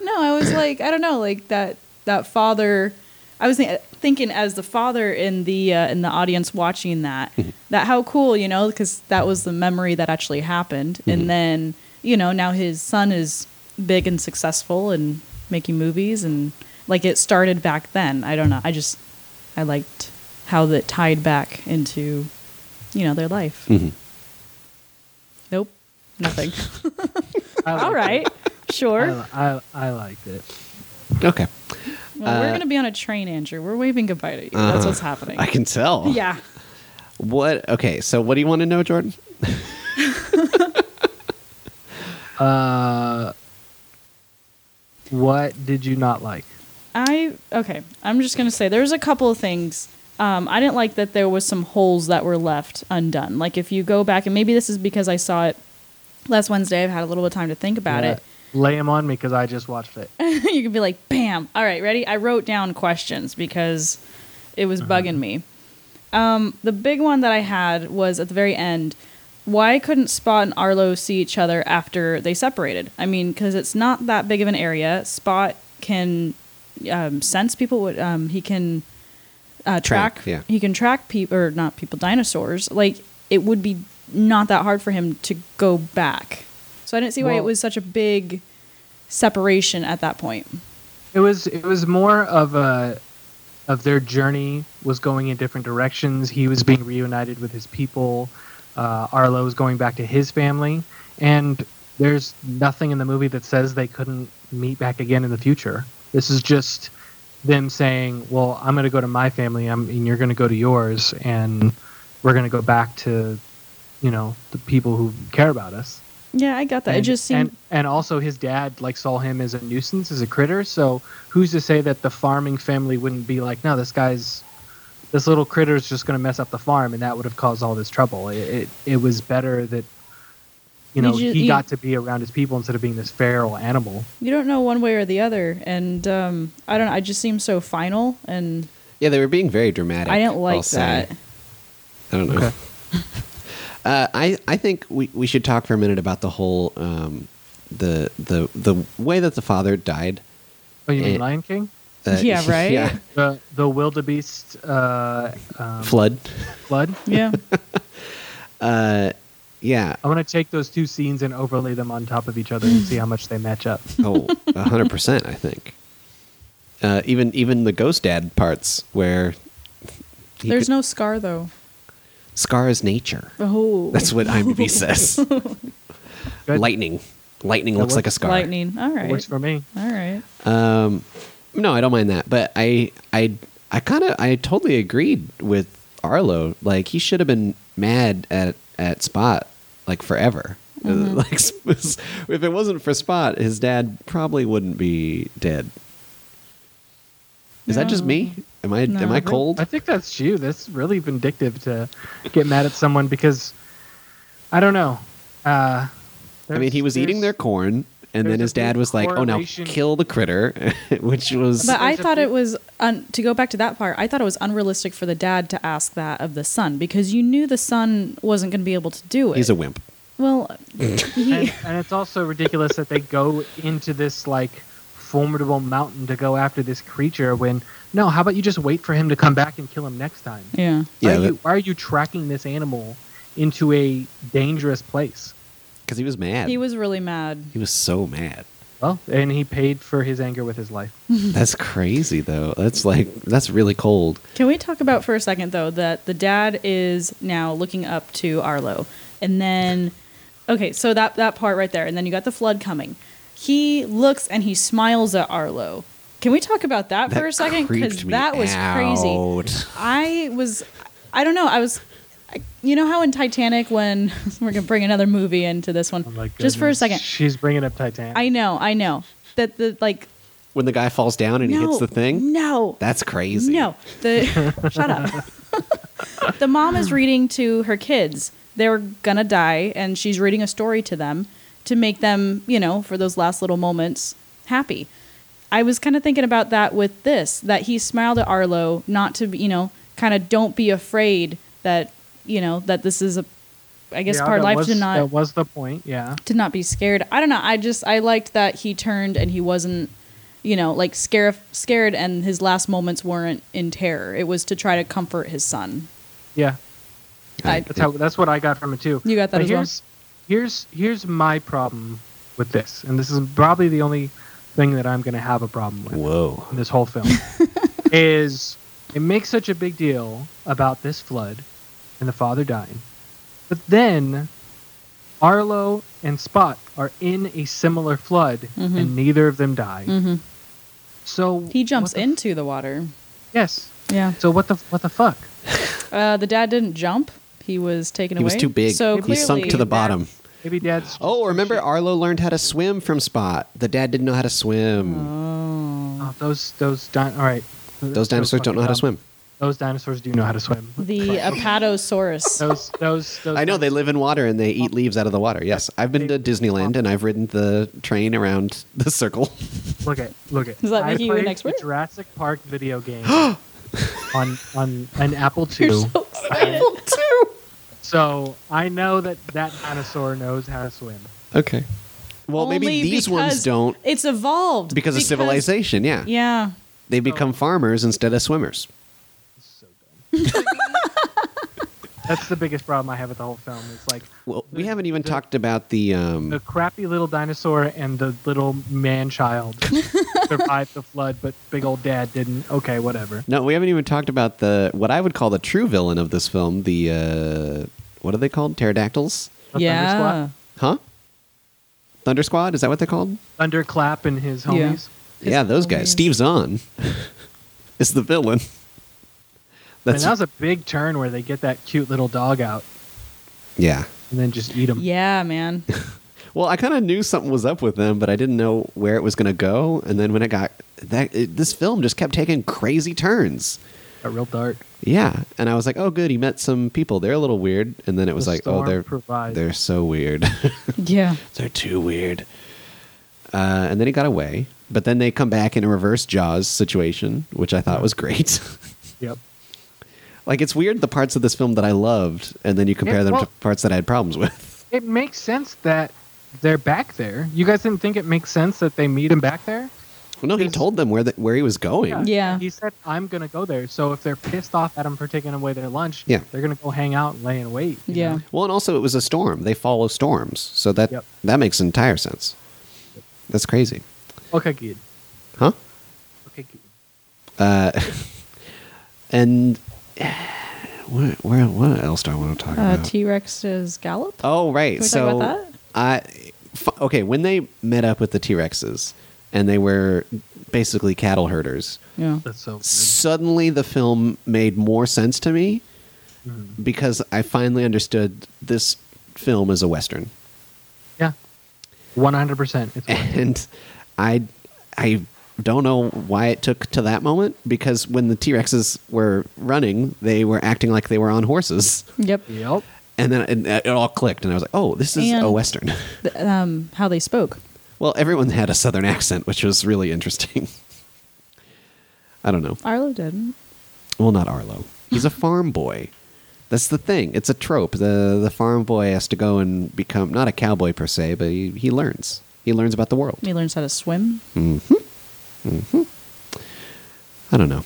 [SPEAKER 3] No, I was like, I don't know, like that that father. I was th- thinking as the father in the uh, in the audience watching that, that how cool, you know, because that was the memory that actually happened, and then you know now his son is big and successful and making movies, and like it started back then. I don't know. I just I liked how that tied back into you know their life.
[SPEAKER 2] Mhm.
[SPEAKER 3] Nope, nothing.
[SPEAKER 1] I liked
[SPEAKER 3] All
[SPEAKER 1] it.
[SPEAKER 3] right, sure.
[SPEAKER 1] I, I, I liked it.
[SPEAKER 2] Okay,
[SPEAKER 3] Well,
[SPEAKER 2] Uh,
[SPEAKER 3] we're gonna be on a train, Andrew. We're waving goodbye to you. That's what's happening.
[SPEAKER 2] I can tell.
[SPEAKER 3] Yeah.
[SPEAKER 2] What? Okay, so what do you want to know, Jordan?
[SPEAKER 1] Uh, what did you not like?
[SPEAKER 3] I okay. I'm just gonna say there's a couple of things. Um, I didn't like that there was some holes that were left undone. Like if you go back, and maybe this is because I saw it last Wednesday. I've had a little bit of time to think about
[SPEAKER 1] Yeah.
[SPEAKER 3] it.
[SPEAKER 1] Lay them on me because I just watched it.
[SPEAKER 3] you can be like, bam. All right, ready? I wrote down questions because it was
[SPEAKER 2] Uh-huh.
[SPEAKER 3] bugging me. Um, the big one that I had was at the very end. Why couldn't Spot and Arlo see each other after they separated? I mean, because it's not that big of an area. Spot can um, sense people. Would, um, he can uh, track.
[SPEAKER 2] Track, yeah.
[SPEAKER 3] He can track people, or not people, dinosaurs. Like it would be not that hard for him to go back. So I didn't see why it
[SPEAKER 1] Well-
[SPEAKER 3] was such a big separation at that point.
[SPEAKER 1] It was it was more of a of their journey was going in different directions. He was being reunited with his people. Uh, Arlo was going back to his family, and there's nothing in the movie that says they couldn't meet back again in the future. This is just them saying, "Well, I'm going to go to my family, i and you're going to go to yours, and we're going to go back to, you know, the people who care about us."
[SPEAKER 3] Yeah, I got that. it
[SPEAKER 1] And-
[SPEAKER 3] just seemed
[SPEAKER 1] and, and also his dad like saw him as a nuisance, as a critter. So who's to say that the farming family wouldn't be like, no, this guy's this little critter's just going to mess up the farm, and that would have caused all this trouble. It it, it was better that you know
[SPEAKER 3] Did you-
[SPEAKER 1] he
[SPEAKER 3] you-
[SPEAKER 1] got to be around his people instead of being this feral animal.
[SPEAKER 3] you don't know one way or the other, and um, I don't know. I just seemed so final, and
[SPEAKER 2] Yeah, they were being very dramatic.
[SPEAKER 3] I didn't
[SPEAKER 2] I'll
[SPEAKER 3] like
[SPEAKER 2] say.
[SPEAKER 3] that.
[SPEAKER 2] I don't know.
[SPEAKER 1] Okay.
[SPEAKER 2] uh, I I think we, we should talk for a minute about the whole um, the the the way that the father died.
[SPEAKER 1] Oh, you mean
[SPEAKER 2] Eh.
[SPEAKER 1] Lion King?
[SPEAKER 2] Uh,
[SPEAKER 3] Yeah, right?
[SPEAKER 2] Yeah,
[SPEAKER 1] The the wildebeest uh, um,
[SPEAKER 2] flood.
[SPEAKER 1] flood.
[SPEAKER 3] Yeah,
[SPEAKER 2] Yeah.
[SPEAKER 1] I want to take those two scenes and overlay them on top of each other and see how much they match up.
[SPEAKER 2] Oh, a hundred percent. I think. Uh, even even the ghost dad parts where he
[SPEAKER 3] there's
[SPEAKER 2] could
[SPEAKER 3] no scar though.
[SPEAKER 2] scar is nature.
[SPEAKER 3] Oh,
[SPEAKER 2] That's what IMDb says.
[SPEAKER 1] Good.
[SPEAKER 2] Lightning, lightning
[SPEAKER 1] That
[SPEAKER 2] looks like a
[SPEAKER 1] works.
[SPEAKER 2] scar.
[SPEAKER 3] lightning. All right,
[SPEAKER 1] Works for me.
[SPEAKER 3] all right.
[SPEAKER 2] No, I don't mind that, but I I I kind of I totally agreed with Arlo. Like he should have been mad at at Spot like forever. Uh,
[SPEAKER 1] Mm-hmm.
[SPEAKER 2] Like if it wasn't for Spot, his dad probably wouldn't be dead. Is that just me? Am I
[SPEAKER 3] No,
[SPEAKER 2] am I
[SPEAKER 3] I think-
[SPEAKER 2] cold?
[SPEAKER 1] I think that's you. That's really vindictive to get mad at someone because I don't know. Uh,
[SPEAKER 2] I mean, he was eating their
[SPEAKER 1] there's-
[SPEAKER 2] corn,
[SPEAKER 1] there's
[SPEAKER 2] and then
[SPEAKER 1] a
[SPEAKER 2] his dad
[SPEAKER 1] big
[SPEAKER 2] was like, "Oh, now
[SPEAKER 1] correlation-
[SPEAKER 2] kill the critter," which was
[SPEAKER 3] But I
[SPEAKER 1] There's a
[SPEAKER 3] thought
[SPEAKER 1] big-
[SPEAKER 3] it was un- to go back to that part. I thought it was unrealistic for the dad to ask that of the son because you knew the son wasn't going to be able to do it.
[SPEAKER 2] he's a wimp.
[SPEAKER 3] well,
[SPEAKER 1] and, and it's also ridiculous that they go into this like formidable mountain to go after this creature. When no, how about you just wait for him to come back and kill him next time?
[SPEAKER 3] yeah.
[SPEAKER 1] Why,
[SPEAKER 2] Yeah,
[SPEAKER 1] are you, why are you tracking this animal into a dangerous place?
[SPEAKER 2] because he was mad.
[SPEAKER 3] He was really mad.
[SPEAKER 2] he was so mad.
[SPEAKER 1] Well, and he paid for his anger with his life.
[SPEAKER 2] That's crazy, though. That's like that's really cold.
[SPEAKER 3] Can we talk about for a second though that the dad is now looking up to Arlo, and then okay, so that that part right there, and then you got the flood coming. He looks and he smiles at Arlo, Can we talk about that, for a second? Because
[SPEAKER 2] creeped me
[SPEAKER 3] that was crazy.
[SPEAKER 2] out.
[SPEAKER 3] I was, I don't know, I was, I, you know how in Titanic when we're gonna bring another movie into this one,
[SPEAKER 1] Oh my
[SPEAKER 3] just for a
[SPEAKER 1] goodness.
[SPEAKER 3] second.
[SPEAKER 1] She's bringing up Titanic.
[SPEAKER 3] I know, I know that the like
[SPEAKER 2] When the guy falls down and
[SPEAKER 3] no,
[SPEAKER 2] he hits the thing,
[SPEAKER 3] No,
[SPEAKER 2] that's crazy.
[SPEAKER 3] no, the shut up. the mom is reading to her kids. They're gonna die, and she's reading a story to them to make them, you know, for those last little moments, happy. I was kind of thinking about that with this that he smiled at Arlo, not to, be- you know, kind of don't be afraid that, you know, that this is a, I guess,
[SPEAKER 1] Yeah,
[SPEAKER 3] part of
[SPEAKER 1] that
[SPEAKER 3] life
[SPEAKER 1] was,
[SPEAKER 3] to not
[SPEAKER 1] That was the point. Yeah.
[SPEAKER 3] to not be scared. I don't know. I just I liked that he turned and he wasn't, you know, like scare, scared and his last moments weren't in terror. It was to try to comfort his son.
[SPEAKER 1] Yeah.
[SPEAKER 3] I,
[SPEAKER 1] That's how. That's what I got from it too.
[SPEAKER 3] You got that
[SPEAKER 1] But
[SPEAKER 3] as well?
[SPEAKER 1] here's, Here's here's my problem with this, and this is probably the only thing that I'm going to have a problem with
[SPEAKER 2] Whoa.
[SPEAKER 1] in this whole film. is it makes such a big deal about this flood and the father dying, but then Arlo and Spot are in a similar flood, and neither of them die.
[SPEAKER 3] Mhm.
[SPEAKER 1] So
[SPEAKER 3] Mm-hmm. he jumps
[SPEAKER 1] what the f-
[SPEAKER 3] into the water.
[SPEAKER 1] yes.
[SPEAKER 3] Yeah.
[SPEAKER 1] So what the what the fuck?
[SPEAKER 3] Uh, the dad didn't jump. He was taken
[SPEAKER 2] He
[SPEAKER 3] away.
[SPEAKER 2] was too big.
[SPEAKER 3] So
[SPEAKER 2] he sunk
[SPEAKER 3] clearly-
[SPEAKER 2] to the bottom.
[SPEAKER 1] Maybe dad's.
[SPEAKER 2] Oh, remember Arlo learned how to swim from Spot. The dad didn't know how to swim.
[SPEAKER 3] Oh.
[SPEAKER 1] Oh, those those di- all right.
[SPEAKER 2] Those dinosaurs don't know how to
[SPEAKER 1] fucking dumb.
[SPEAKER 2] swim.
[SPEAKER 1] Those dinosaurs do know how to swim.
[SPEAKER 3] The apatosaurus.
[SPEAKER 2] Oh,
[SPEAKER 1] Those those, those
[SPEAKER 2] I know they live in water and they eat leaves out of the water. Yes, I've been to Disneyland and I've ridden the train around the circle.
[SPEAKER 1] Look at look at.
[SPEAKER 3] Does that
[SPEAKER 1] I
[SPEAKER 3] make you an
[SPEAKER 1] played
[SPEAKER 3] expert?
[SPEAKER 1] the Jurassic Park video game on on an Apple II.
[SPEAKER 3] You're so excited. too.
[SPEAKER 1] so I know that that dinosaur knows how to swim.
[SPEAKER 2] Okay. Well, maybe
[SPEAKER 3] Only
[SPEAKER 2] these ones
[SPEAKER 3] because
[SPEAKER 2] don't
[SPEAKER 3] It's evolved
[SPEAKER 2] because of civilization. Yeah.
[SPEAKER 3] Yeah.
[SPEAKER 2] They become farmers instead of swimmers.
[SPEAKER 1] That's the biggest problem I have with the whole film. It's like
[SPEAKER 2] Well, we haven't even talked about the um,
[SPEAKER 1] the crappy little dinosaur and the little man child survived the flood, but big old dad didn't. Okay, whatever.
[SPEAKER 2] No, we haven't even talked about the what I would call the true villain of this film. The uh, what are they called? Pterodactyls,
[SPEAKER 1] The
[SPEAKER 3] Yeah.
[SPEAKER 1] Thunder
[SPEAKER 2] huh? Thunder Squad is that what they're called?
[SPEAKER 1] Thunderclap and his
[SPEAKER 3] Yeah.
[SPEAKER 1] homies.
[SPEAKER 2] yeah, those guys. Steve Zahn is the villain.
[SPEAKER 1] and that was a big turn where they get that cute little dog out
[SPEAKER 2] yeah.
[SPEAKER 1] and then just eat him.
[SPEAKER 3] Yeah, man.
[SPEAKER 2] Well, I kind of knew something was up with them, but I didn't know where it was going to go. And then when it got that, it, this film just kept taking crazy turns.
[SPEAKER 1] A real dark.
[SPEAKER 2] Yeah, and I was like, "Oh, good, he met some people. They're a little weird." And then it was
[SPEAKER 1] The
[SPEAKER 2] like, "Oh,
[SPEAKER 1] storm
[SPEAKER 2] they're
[SPEAKER 1] provides.
[SPEAKER 2] they're so weird."
[SPEAKER 3] yeah.
[SPEAKER 2] They're too weird. Uh, and then he got away. But then they come back in a reverse Jaws situation, which I thought was great.
[SPEAKER 1] Yep.
[SPEAKER 2] like, it's weird the parts of this film that I loved, and then you compare
[SPEAKER 1] Yeah,
[SPEAKER 2] them
[SPEAKER 1] well-
[SPEAKER 2] to parts that I had problems with.
[SPEAKER 1] It makes sense that they're back there. You guys didn't think it makes sense that they meet him back there?
[SPEAKER 2] Well, no, he
[SPEAKER 1] There's-
[SPEAKER 2] told them where the, where he was going.
[SPEAKER 3] Yeah.
[SPEAKER 1] He said, I'm going to go there. So if they're pissed off at him for taking away their lunch,
[SPEAKER 2] Yeah.
[SPEAKER 1] they're going to go hang out and lay in wait. you
[SPEAKER 3] Yeah.
[SPEAKER 1] know?
[SPEAKER 2] Well, and also it was a storm. They follow storms, so that
[SPEAKER 1] Yep.
[SPEAKER 2] that makes entire sense. That's crazy,
[SPEAKER 1] Okay, good.
[SPEAKER 2] huh?
[SPEAKER 1] Okay, good.
[SPEAKER 2] And where, where what else do I want to talk
[SPEAKER 3] Uh,
[SPEAKER 2] about?
[SPEAKER 3] T Rex's gallop.
[SPEAKER 2] Oh right.
[SPEAKER 3] Can we
[SPEAKER 2] so
[SPEAKER 3] talk about that?
[SPEAKER 2] I f- okay when they met up with the T Rexes and they were basically cattle herders.
[SPEAKER 3] Yeah.
[SPEAKER 1] That's so weird.
[SPEAKER 2] Suddenly, the film made more sense to me
[SPEAKER 1] Mhm.
[SPEAKER 2] because I finally understood this film is a western,
[SPEAKER 1] Yeah. 100%. It's weird.
[SPEAKER 2] and I I don't know why it took to that moment because when the T Rexes were running, they were acting like they were on horses.
[SPEAKER 3] Yep.
[SPEAKER 1] yep.
[SPEAKER 2] And then it, it all clicked, and I was like, "Oh, this is a
[SPEAKER 3] And-
[SPEAKER 2] western."
[SPEAKER 3] Th- um, how they spoke.
[SPEAKER 2] Well, everyone had a southern accent, which was really interesting. I don't know.
[SPEAKER 3] Arlo didn't.
[SPEAKER 2] Well, not Arlo. He's a farm boy. That's the thing. It's a trope. The the farm boy has to go and become not a cowboy per se, but he, he learns. He learns about the world.
[SPEAKER 3] He learns how to swim.
[SPEAKER 2] I don't know.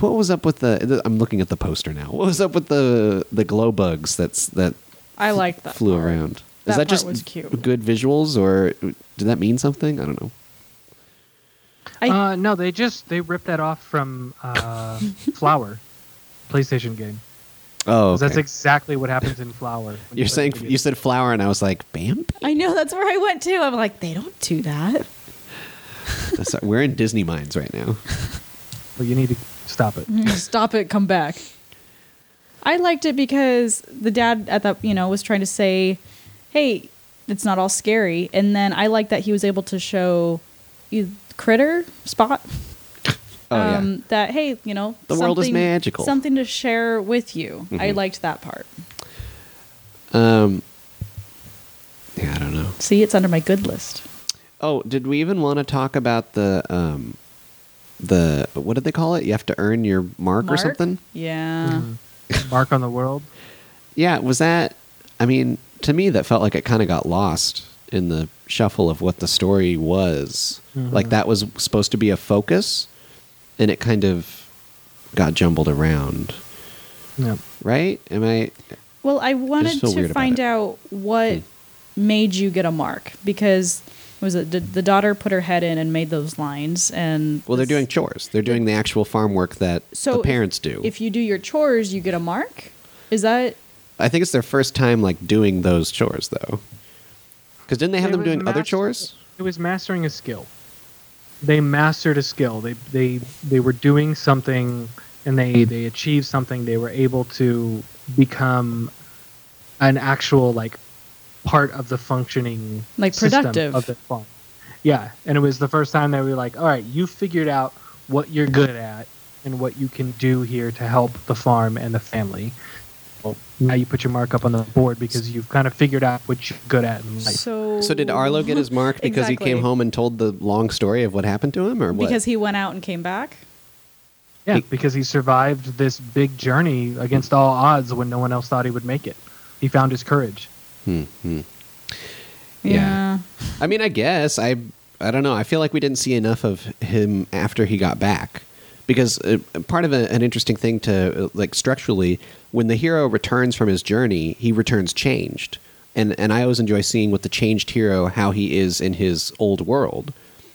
[SPEAKER 2] What was up with the, the- I'm looking at the poster now. What was up with the the glow bugs that's that
[SPEAKER 3] I liked that.
[SPEAKER 2] flew
[SPEAKER 3] part.
[SPEAKER 2] around?
[SPEAKER 3] That
[SPEAKER 2] Is that
[SPEAKER 3] part
[SPEAKER 2] just
[SPEAKER 3] was cute.
[SPEAKER 2] good visuals or did that mean something? I don't know.
[SPEAKER 3] I,
[SPEAKER 1] uh, no, they just they ripped that off from uh, Flower, PlayStation game.
[SPEAKER 2] Oh,
[SPEAKER 1] 'Cause That's
[SPEAKER 2] okay.
[SPEAKER 1] exactly what happens in Flower. when
[SPEAKER 2] You're
[SPEAKER 1] play
[SPEAKER 2] saying
[SPEAKER 1] video
[SPEAKER 2] you said flower, and I was like, Bambi.
[SPEAKER 3] I know that's where I went to. I'm like, they don't do that.
[SPEAKER 2] so we're in Disney minds right now.
[SPEAKER 1] Well, you need to stop it.
[SPEAKER 3] Stop it, come back. I liked it because the dad at that, you know, was trying to say, "Hey, it's not all scary." And then I liked that he was able to show you critter spot um,
[SPEAKER 2] Oh yeah.
[SPEAKER 3] that hey, you know,
[SPEAKER 2] The world is
[SPEAKER 3] something-
[SPEAKER 2] magical. Mm-hmm.
[SPEAKER 3] Something to share with you. I liked that part.
[SPEAKER 2] Um, yeah, I don't know.
[SPEAKER 3] See, it's under my good list.
[SPEAKER 2] Oh, did we even want to talk about the um, the what did they call it? You have to earn your mark, or
[SPEAKER 3] Mark?
[SPEAKER 2] something.
[SPEAKER 3] Yeah.
[SPEAKER 1] Mark on the world.
[SPEAKER 2] Yeah, was that? I mean, to me, that felt like it kind of got lost in the shuffle of what the story was. Like that was supposed to be a focus, and it kind of got jumbled around.
[SPEAKER 1] Yeah.
[SPEAKER 2] Right? Am I?
[SPEAKER 3] Well, I wanted
[SPEAKER 2] feel weird
[SPEAKER 3] to
[SPEAKER 2] about
[SPEAKER 3] find
[SPEAKER 2] it. Mm.
[SPEAKER 3] out what made you get a mark because was it did the daughter put her head in and made those lines and
[SPEAKER 2] Well, they're
[SPEAKER 3] this-
[SPEAKER 2] doing chores. They're doing the actual farm work that
[SPEAKER 3] So
[SPEAKER 2] the parents do.
[SPEAKER 3] If you do your chores, you get a mark. Is that
[SPEAKER 2] I think it's their first time like doing those chores though. Because didn't they have
[SPEAKER 1] It
[SPEAKER 2] them
[SPEAKER 1] was
[SPEAKER 2] doing other
[SPEAKER 1] master-
[SPEAKER 2] chores?
[SPEAKER 1] It was mastering a skill. They mastered a skill. They they they were doing something, and they they achieved something. They were able to become an actual like part of the functioning
[SPEAKER 3] Like
[SPEAKER 1] system
[SPEAKER 3] productive.
[SPEAKER 1] of the farm. Yeah, and it was the first time that we were like, all right, you figured out what you're good at and what you can do here to help the farm and the family. Well, now you put your mark up on the board because you've kind of figured out what you're good at in life.
[SPEAKER 3] so?
[SPEAKER 2] So did Arlo get his mark because he
[SPEAKER 3] Oh. Exactly.
[SPEAKER 2] came home and told the long story of what happened to him, or what?
[SPEAKER 3] because he went out and came back.
[SPEAKER 1] Yeah, because he survived this big journey against all odds when no one else thought he would make it. He found his courage.
[SPEAKER 2] Yeah. I mean, I guess I I don't know. I feel like we didn't see enough of him after he got back because uh, part of a, an interesting thing to uh, like structurally when the hero returns from his journey, he returns changed. And and I always enjoy seeing with the changed hero how he is in his old world.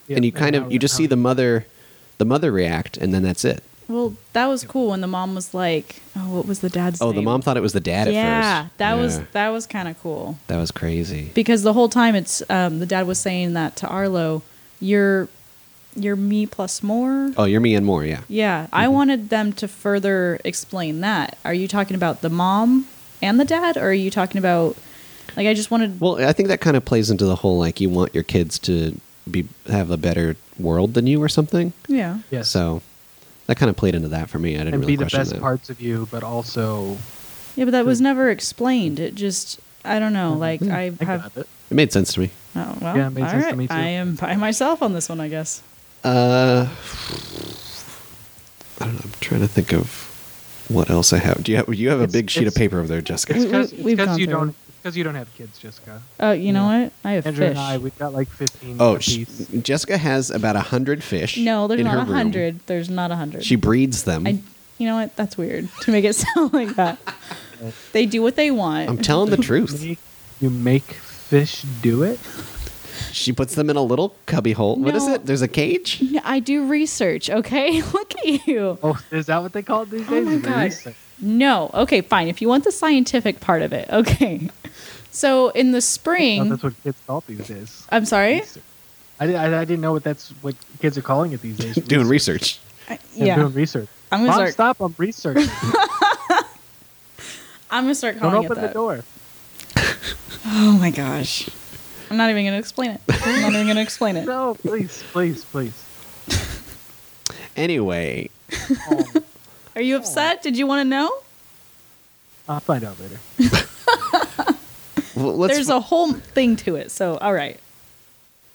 [SPEAKER 1] Yeah,
[SPEAKER 2] and you
[SPEAKER 1] and
[SPEAKER 2] kind
[SPEAKER 1] how-
[SPEAKER 2] of you just
[SPEAKER 1] how
[SPEAKER 2] see
[SPEAKER 1] he-
[SPEAKER 2] the mother the mother react and then that's it.
[SPEAKER 3] Well, that was cool when the mom was like, "Oh, what was the dad's
[SPEAKER 2] Oh,
[SPEAKER 3] name?"
[SPEAKER 2] the mom thought it was the dad at
[SPEAKER 3] yeah,
[SPEAKER 2] first.
[SPEAKER 3] that
[SPEAKER 2] Yeah.
[SPEAKER 3] was that was kind of cool.
[SPEAKER 2] that was crazy.
[SPEAKER 3] because the whole time it's um, the dad was saying that to Arlo, you're you're me plus more.
[SPEAKER 2] Oh, you're me and more, yeah.
[SPEAKER 3] Yeah, I
[SPEAKER 1] Mm-hmm.
[SPEAKER 3] wanted them to further explain that. Are you talking about the mom and the dad, or are you talking about like I just wanted?
[SPEAKER 2] Well, I think that kind of plays into the whole like you want your kids to be have a better world than you or something.
[SPEAKER 3] yeah,
[SPEAKER 1] Yes.
[SPEAKER 2] So that kind of played into that for me. I didn't
[SPEAKER 1] and
[SPEAKER 2] really
[SPEAKER 1] be the
[SPEAKER 2] question
[SPEAKER 1] best
[SPEAKER 2] that.
[SPEAKER 1] parts of you, but also
[SPEAKER 3] yeah, but that was never explained. It just I don't know. Like I
[SPEAKER 1] Mm-hmm. I
[SPEAKER 3] have.
[SPEAKER 1] got it.
[SPEAKER 2] It made sense to me.
[SPEAKER 3] Oh, well,
[SPEAKER 1] Yeah, it made
[SPEAKER 3] all
[SPEAKER 1] sense to
[SPEAKER 3] right.
[SPEAKER 1] me, too.
[SPEAKER 3] I am by myself on this one, I guess.
[SPEAKER 2] Uh, I don't know. I'm trying to think of what else I have. Do you have you have a
[SPEAKER 1] It's-
[SPEAKER 2] big sheet of
[SPEAKER 1] it's-
[SPEAKER 2] paper over there, Jessica?
[SPEAKER 1] It's because
[SPEAKER 3] we- we've gone
[SPEAKER 1] you
[SPEAKER 3] through
[SPEAKER 1] don't
[SPEAKER 3] it.
[SPEAKER 1] because you don't have kids, Jessica.
[SPEAKER 3] Oh, you know what? I have
[SPEAKER 1] Andrew
[SPEAKER 3] fish.
[SPEAKER 1] and I, we've got like fifteen.
[SPEAKER 2] Oh, she,
[SPEAKER 1] apiece.
[SPEAKER 2] Jessica has about a hundred fish.
[SPEAKER 3] no, there's
[SPEAKER 2] in her
[SPEAKER 3] not a
[SPEAKER 2] room.
[SPEAKER 3] hundred. There's not a hundred.
[SPEAKER 2] She breeds them.
[SPEAKER 3] I, you know what? That's weird to make it sound like that. They do what they want.
[SPEAKER 2] I'm telling the truth.
[SPEAKER 1] Make- you make fish do it.
[SPEAKER 2] She puts them in a little cubby hole. What is
[SPEAKER 3] No.
[SPEAKER 2] it? There's a cage.
[SPEAKER 3] No, I do research, okay? Look at you.
[SPEAKER 1] Oh, is that what they call it these
[SPEAKER 3] Oh
[SPEAKER 1] days?
[SPEAKER 3] my God.
[SPEAKER 1] Research.
[SPEAKER 3] No. Okay, fine. If you want the scientific part of it, okay. So in the
[SPEAKER 1] Oh,
[SPEAKER 3] spring,
[SPEAKER 1] that's what kids call it these days.
[SPEAKER 3] I'm sorry?
[SPEAKER 1] Research. I, di- I, I didn't know what that's what kids are calling it these days.
[SPEAKER 2] Doing research.
[SPEAKER 1] I'm
[SPEAKER 3] Yeah.
[SPEAKER 1] doing research.
[SPEAKER 3] I'm
[SPEAKER 1] Mom,
[SPEAKER 3] going to start
[SPEAKER 1] stop! I'm researching.
[SPEAKER 3] I'm going to start
[SPEAKER 1] Don't
[SPEAKER 3] calling it
[SPEAKER 1] open the
[SPEAKER 3] that.
[SPEAKER 1] door.
[SPEAKER 3] Oh my gosh. I'm not even going to explain it. I'm not even going to explain it.
[SPEAKER 1] No, please, please, please.
[SPEAKER 2] Anyway,
[SPEAKER 3] Are you upset? Did you want to know?
[SPEAKER 1] I'll find out later.
[SPEAKER 2] well, let's
[SPEAKER 3] There's a whole thing to it. So, all right.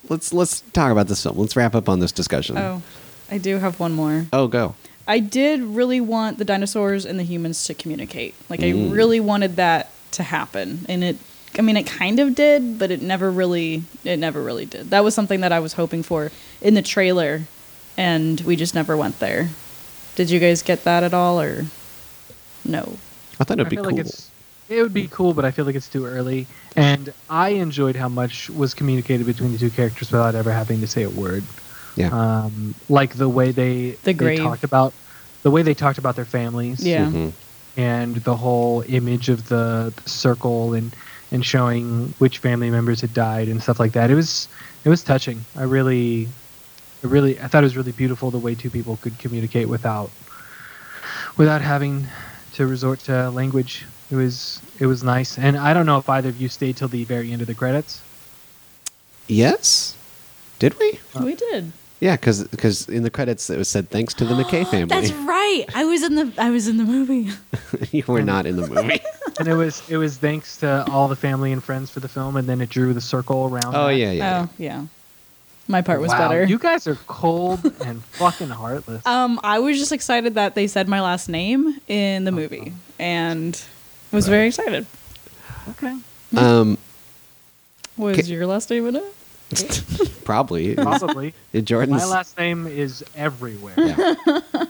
[SPEAKER 2] let's let's talk about this film. Let's wrap up on this discussion.
[SPEAKER 3] Oh, I do have one more.
[SPEAKER 2] Oh, go.
[SPEAKER 3] I did really want the dinosaurs and the humans to communicate. Like
[SPEAKER 1] Mm.
[SPEAKER 3] I really wanted that to happen, and it. I mean, it kind of did, but it never really. It never really did. That was something that I was hoping for in the trailer, and we just never went there. Did you guys get that at all, or no?
[SPEAKER 2] I thought it'd
[SPEAKER 1] I
[SPEAKER 2] be
[SPEAKER 1] feel
[SPEAKER 2] cool.
[SPEAKER 1] like it's it would be cool, but I feel like it's too early. And I enjoyed how much was communicated between the two characters without ever having to say a word.
[SPEAKER 2] yeah.
[SPEAKER 1] Um, like the way they they
[SPEAKER 3] grave.
[SPEAKER 1] talked about the way they talked about their families.
[SPEAKER 3] Yeah.
[SPEAKER 2] Mhm.
[SPEAKER 1] And the whole image of the, the circle and and showing which family members had died and stuff like that. It was it was touching. I really It really, I thought it was really beautiful the way two people could communicate without without having to resort to language. It was it was nice, and I don't know if either of you stayed till the very end of the credits.
[SPEAKER 2] Yes? Did we?
[SPEAKER 1] Mm-hmm.
[SPEAKER 3] We did.
[SPEAKER 2] Yeah, because in the credits it was said thanks to the McKay family.
[SPEAKER 3] That's right. I was in the I was in the movie.
[SPEAKER 2] you were not in the movie.
[SPEAKER 1] And it was it was thanks to all the family and friends for the film, and then it drew the circle around.
[SPEAKER 2] oh
[SPEAKER 1] that.
[SPEAKER 2] yeah, yeah.
[SPEAKER 3] Oh yeah, my part was
[SPEAKER 1] Wow,
[SPEAKER 3] better.
[SPEAKER 1] You guys are cold and fucking heartless.
[SPEAKER 3] Um, I was just excited that they said my last name in the movie, and was very excited.
[SPEAKER 1] okay.
[SPEAKER 2] Um,
[SPEAKER 3] Was
[SPEAKER 2] Okay.
[SPEAKER 3] your last name in it?
[SPEAKER 2] probably.
[SPEAKER 1] Possibly.
[SPEAKER 2] Jordan's. Hmm.
[SPEAKER 1] My last name is everywhere.
[SPEAKER 2] Yeah.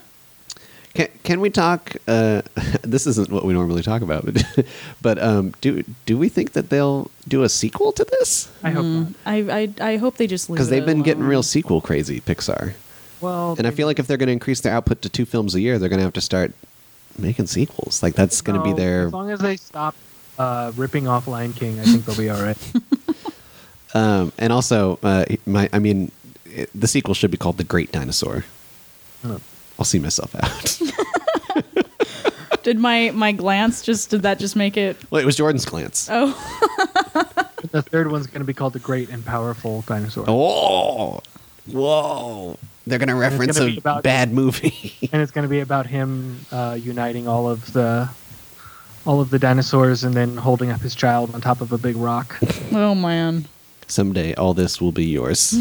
[SPEAKER 2] Can, can we talk? Uh, this isn't what we normally talk about, but, but um, do do we think that they'll do a sequel to this?
[SPEAKER 1] I hope not.
[SPEAKER 3] I, I I hope they just leave
[SPEAKER 2] Because they've
[SPEAKER 3] it
[SPEAKER 2] been getting
[SPEAKER 3] alone.
[SPEAKER 2] real sequel crazy, Pixar.
[SPEAKER 1] Well,
[SPEAKER 2] And I feel like if they're going to increase their output to two films a year, they're going to have to start making sequels. Like that's going to be
[SPEAKER 1] no,
[SPEAKER 2] their.
[SPEAKER 1] As long as they stop uh, ripping off Lion King, I think they'll be all right.
[SPEAKER 2] Um, and also, uh, my I mean, it, the sequel should be called The Great Dinosaur.
[SPEAKER 1] Oh.
[SPEAKER 2] I'll see myself out.
[SPEAKER 3] Did my my glance just did that just make it?
[SPEAKER 2] well, it was Jordan's glance.
[SPEAKER 3] Oh,
[SPEAKER 1] the third one's going to be called the Great and Powerful Dinosaur,
[SPEAKER 2] Oh, whoa! They're gonna reference
[SPEAKER 1] gonna
[SPEAKER 2] a
[SPEAKER 1] be about-
[SPEAKER 2] bad movie.
[SPEAKER 1] and it's going to be about him uh, uniting all of the all of the dinosaurs and then holding up his child on top of a big rock,
[SPEAKER 3] oh man.
[SPEAKER 2] Someday, all this will be yours.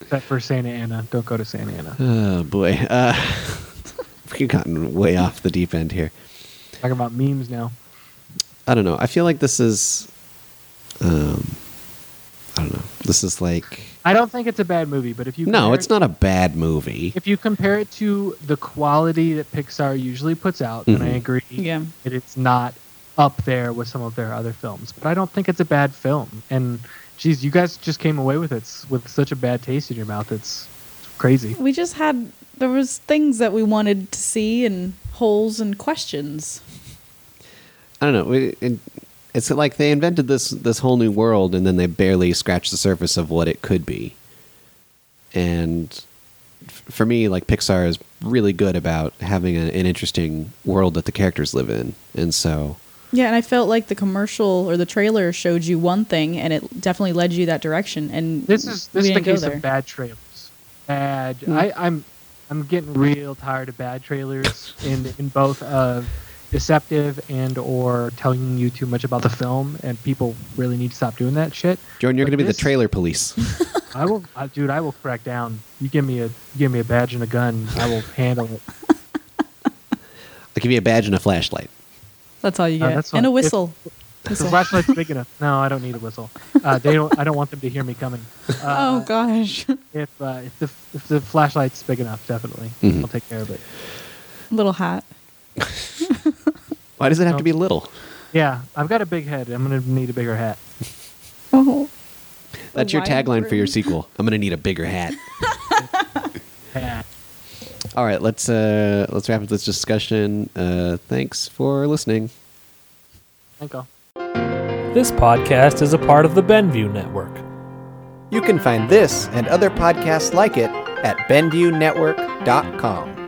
[SPEAKER 1] except for Santa Ana. Don't go to Santa Ana.
[SPEAKER 2] oh boy, uh, we've gotten way off the deep end here.
[SPEAKER 1] Talking about memes now.
[SPEAKER 2] I don't know. I feel like this is, um, I don't know. This is like
[SPEAKER 1] I don't think it's a bad movie, but if you
[SPEAKER 2] no,
[SPEAKER 1] compare
[SPEAKER 2] it's
[SPEAKER 1] it-
[SPEAKER 2] not a bad movie.
[SPEAKER 1] If you compare it to the quality that Pixar usually puts out, then I
[SPEAKER 2] Mhm.
[SPEAKER 1] agree
[SPEAKER 3] Yeah.
[SPEAKER 1] that it's not up there with some of their other films. But I don't think it's a bad film. And geez, you guys just came away with it s- with such a bad taste in your mouth. It's crazy.
[SPEAKER 3] we just had there was things that we wanted to see and holes and questions
[SPEAKER 2] I don't know. It, it, it's like they invented this this whole new world, and then they barely scratched the surface of what it could be. And f- for me, like Pixar is really good about having a, an interesting world that the characters live in, and so
[SPEAKER 3] yeah and i felt like the commercial or the trailer showed you one thing and it definitely led you that direction and
[SPEAKER 1] This is this
[SPEAKER 3] we
[SPEAKER 1] is the
[SPEAKER 3] didn't go
[SPEAKER 1] case
[SPEAKER 3] there. Mm.
[SPEAKER 1] of bad trailers. Bad. I, I'm I'm getting real tired of bad trailers in in both of deceptive and or telling you too much about the film and people really need to stop doing that shit.
[SPEAKER 2] Jordan, you're
[SPEAKER 1] But
[SPEAKER 2] going to be the
[SPEAKER 1] this-
[SPEAKER 2] trailer police.
[SPEAKER 1] I will, I, dude. I will crack down. You give me a, you give me a badge and a gun. I will handle it.
[SPEAKER 2] I'll give you a badge and a flashlight.
[SPEAKER 3] that's all you
[SPEAKER 1] Uh,
[SPEAKER 3] get
[SPEAKER 1] that's
[SPEAKER 3] and a
[SPEAKER 1] all. If-
[SPEAKER 3] whistle
[SPEAKER 1] The
[SPEAKER 3] Whistle.
[SPEAKER 1] flashlight's big enough. No, I don't need a whistle. Uh, they don't. I don't want them to hear me coming. Uh,
[SPEAKER 3] oh gosh
[SPEAKER 1] If uh, if the if the flashlight's big enough, definitely,
[SPEAKER 2] Mhm.
[SPEAKER 1] I'll take care of it.
[SPEAKER 3] little hat
[SPEAKER 2] Why does it have
[SPEAKER 1] Oh.
[SPEAKER 2] to be little?
[SPEAKER 1] Yeah, I've got a big head. I'm gonna need a bigger hat.
[SPEAKER 3] oh
[SPEAKER 2] That's your
[SPEAKER 3] wide
[SPEAKER 2] tagline for your
[SPEAKER 3] room.
[SPEAKER 2] sequel. I'm going to need a bigger hat.
[SPEAKER 1] Hat.
[SPEAKER 2] All right, let's uh, let's wrap up this discussion. Uh, thanks for listening.
[SPEAKER 1] Thank you.
[SPEAKER 7] This podcast is a part of the Benview Network.
[SPEAKER 5] You can find this and other podcasts like it at BendUNetwork.com.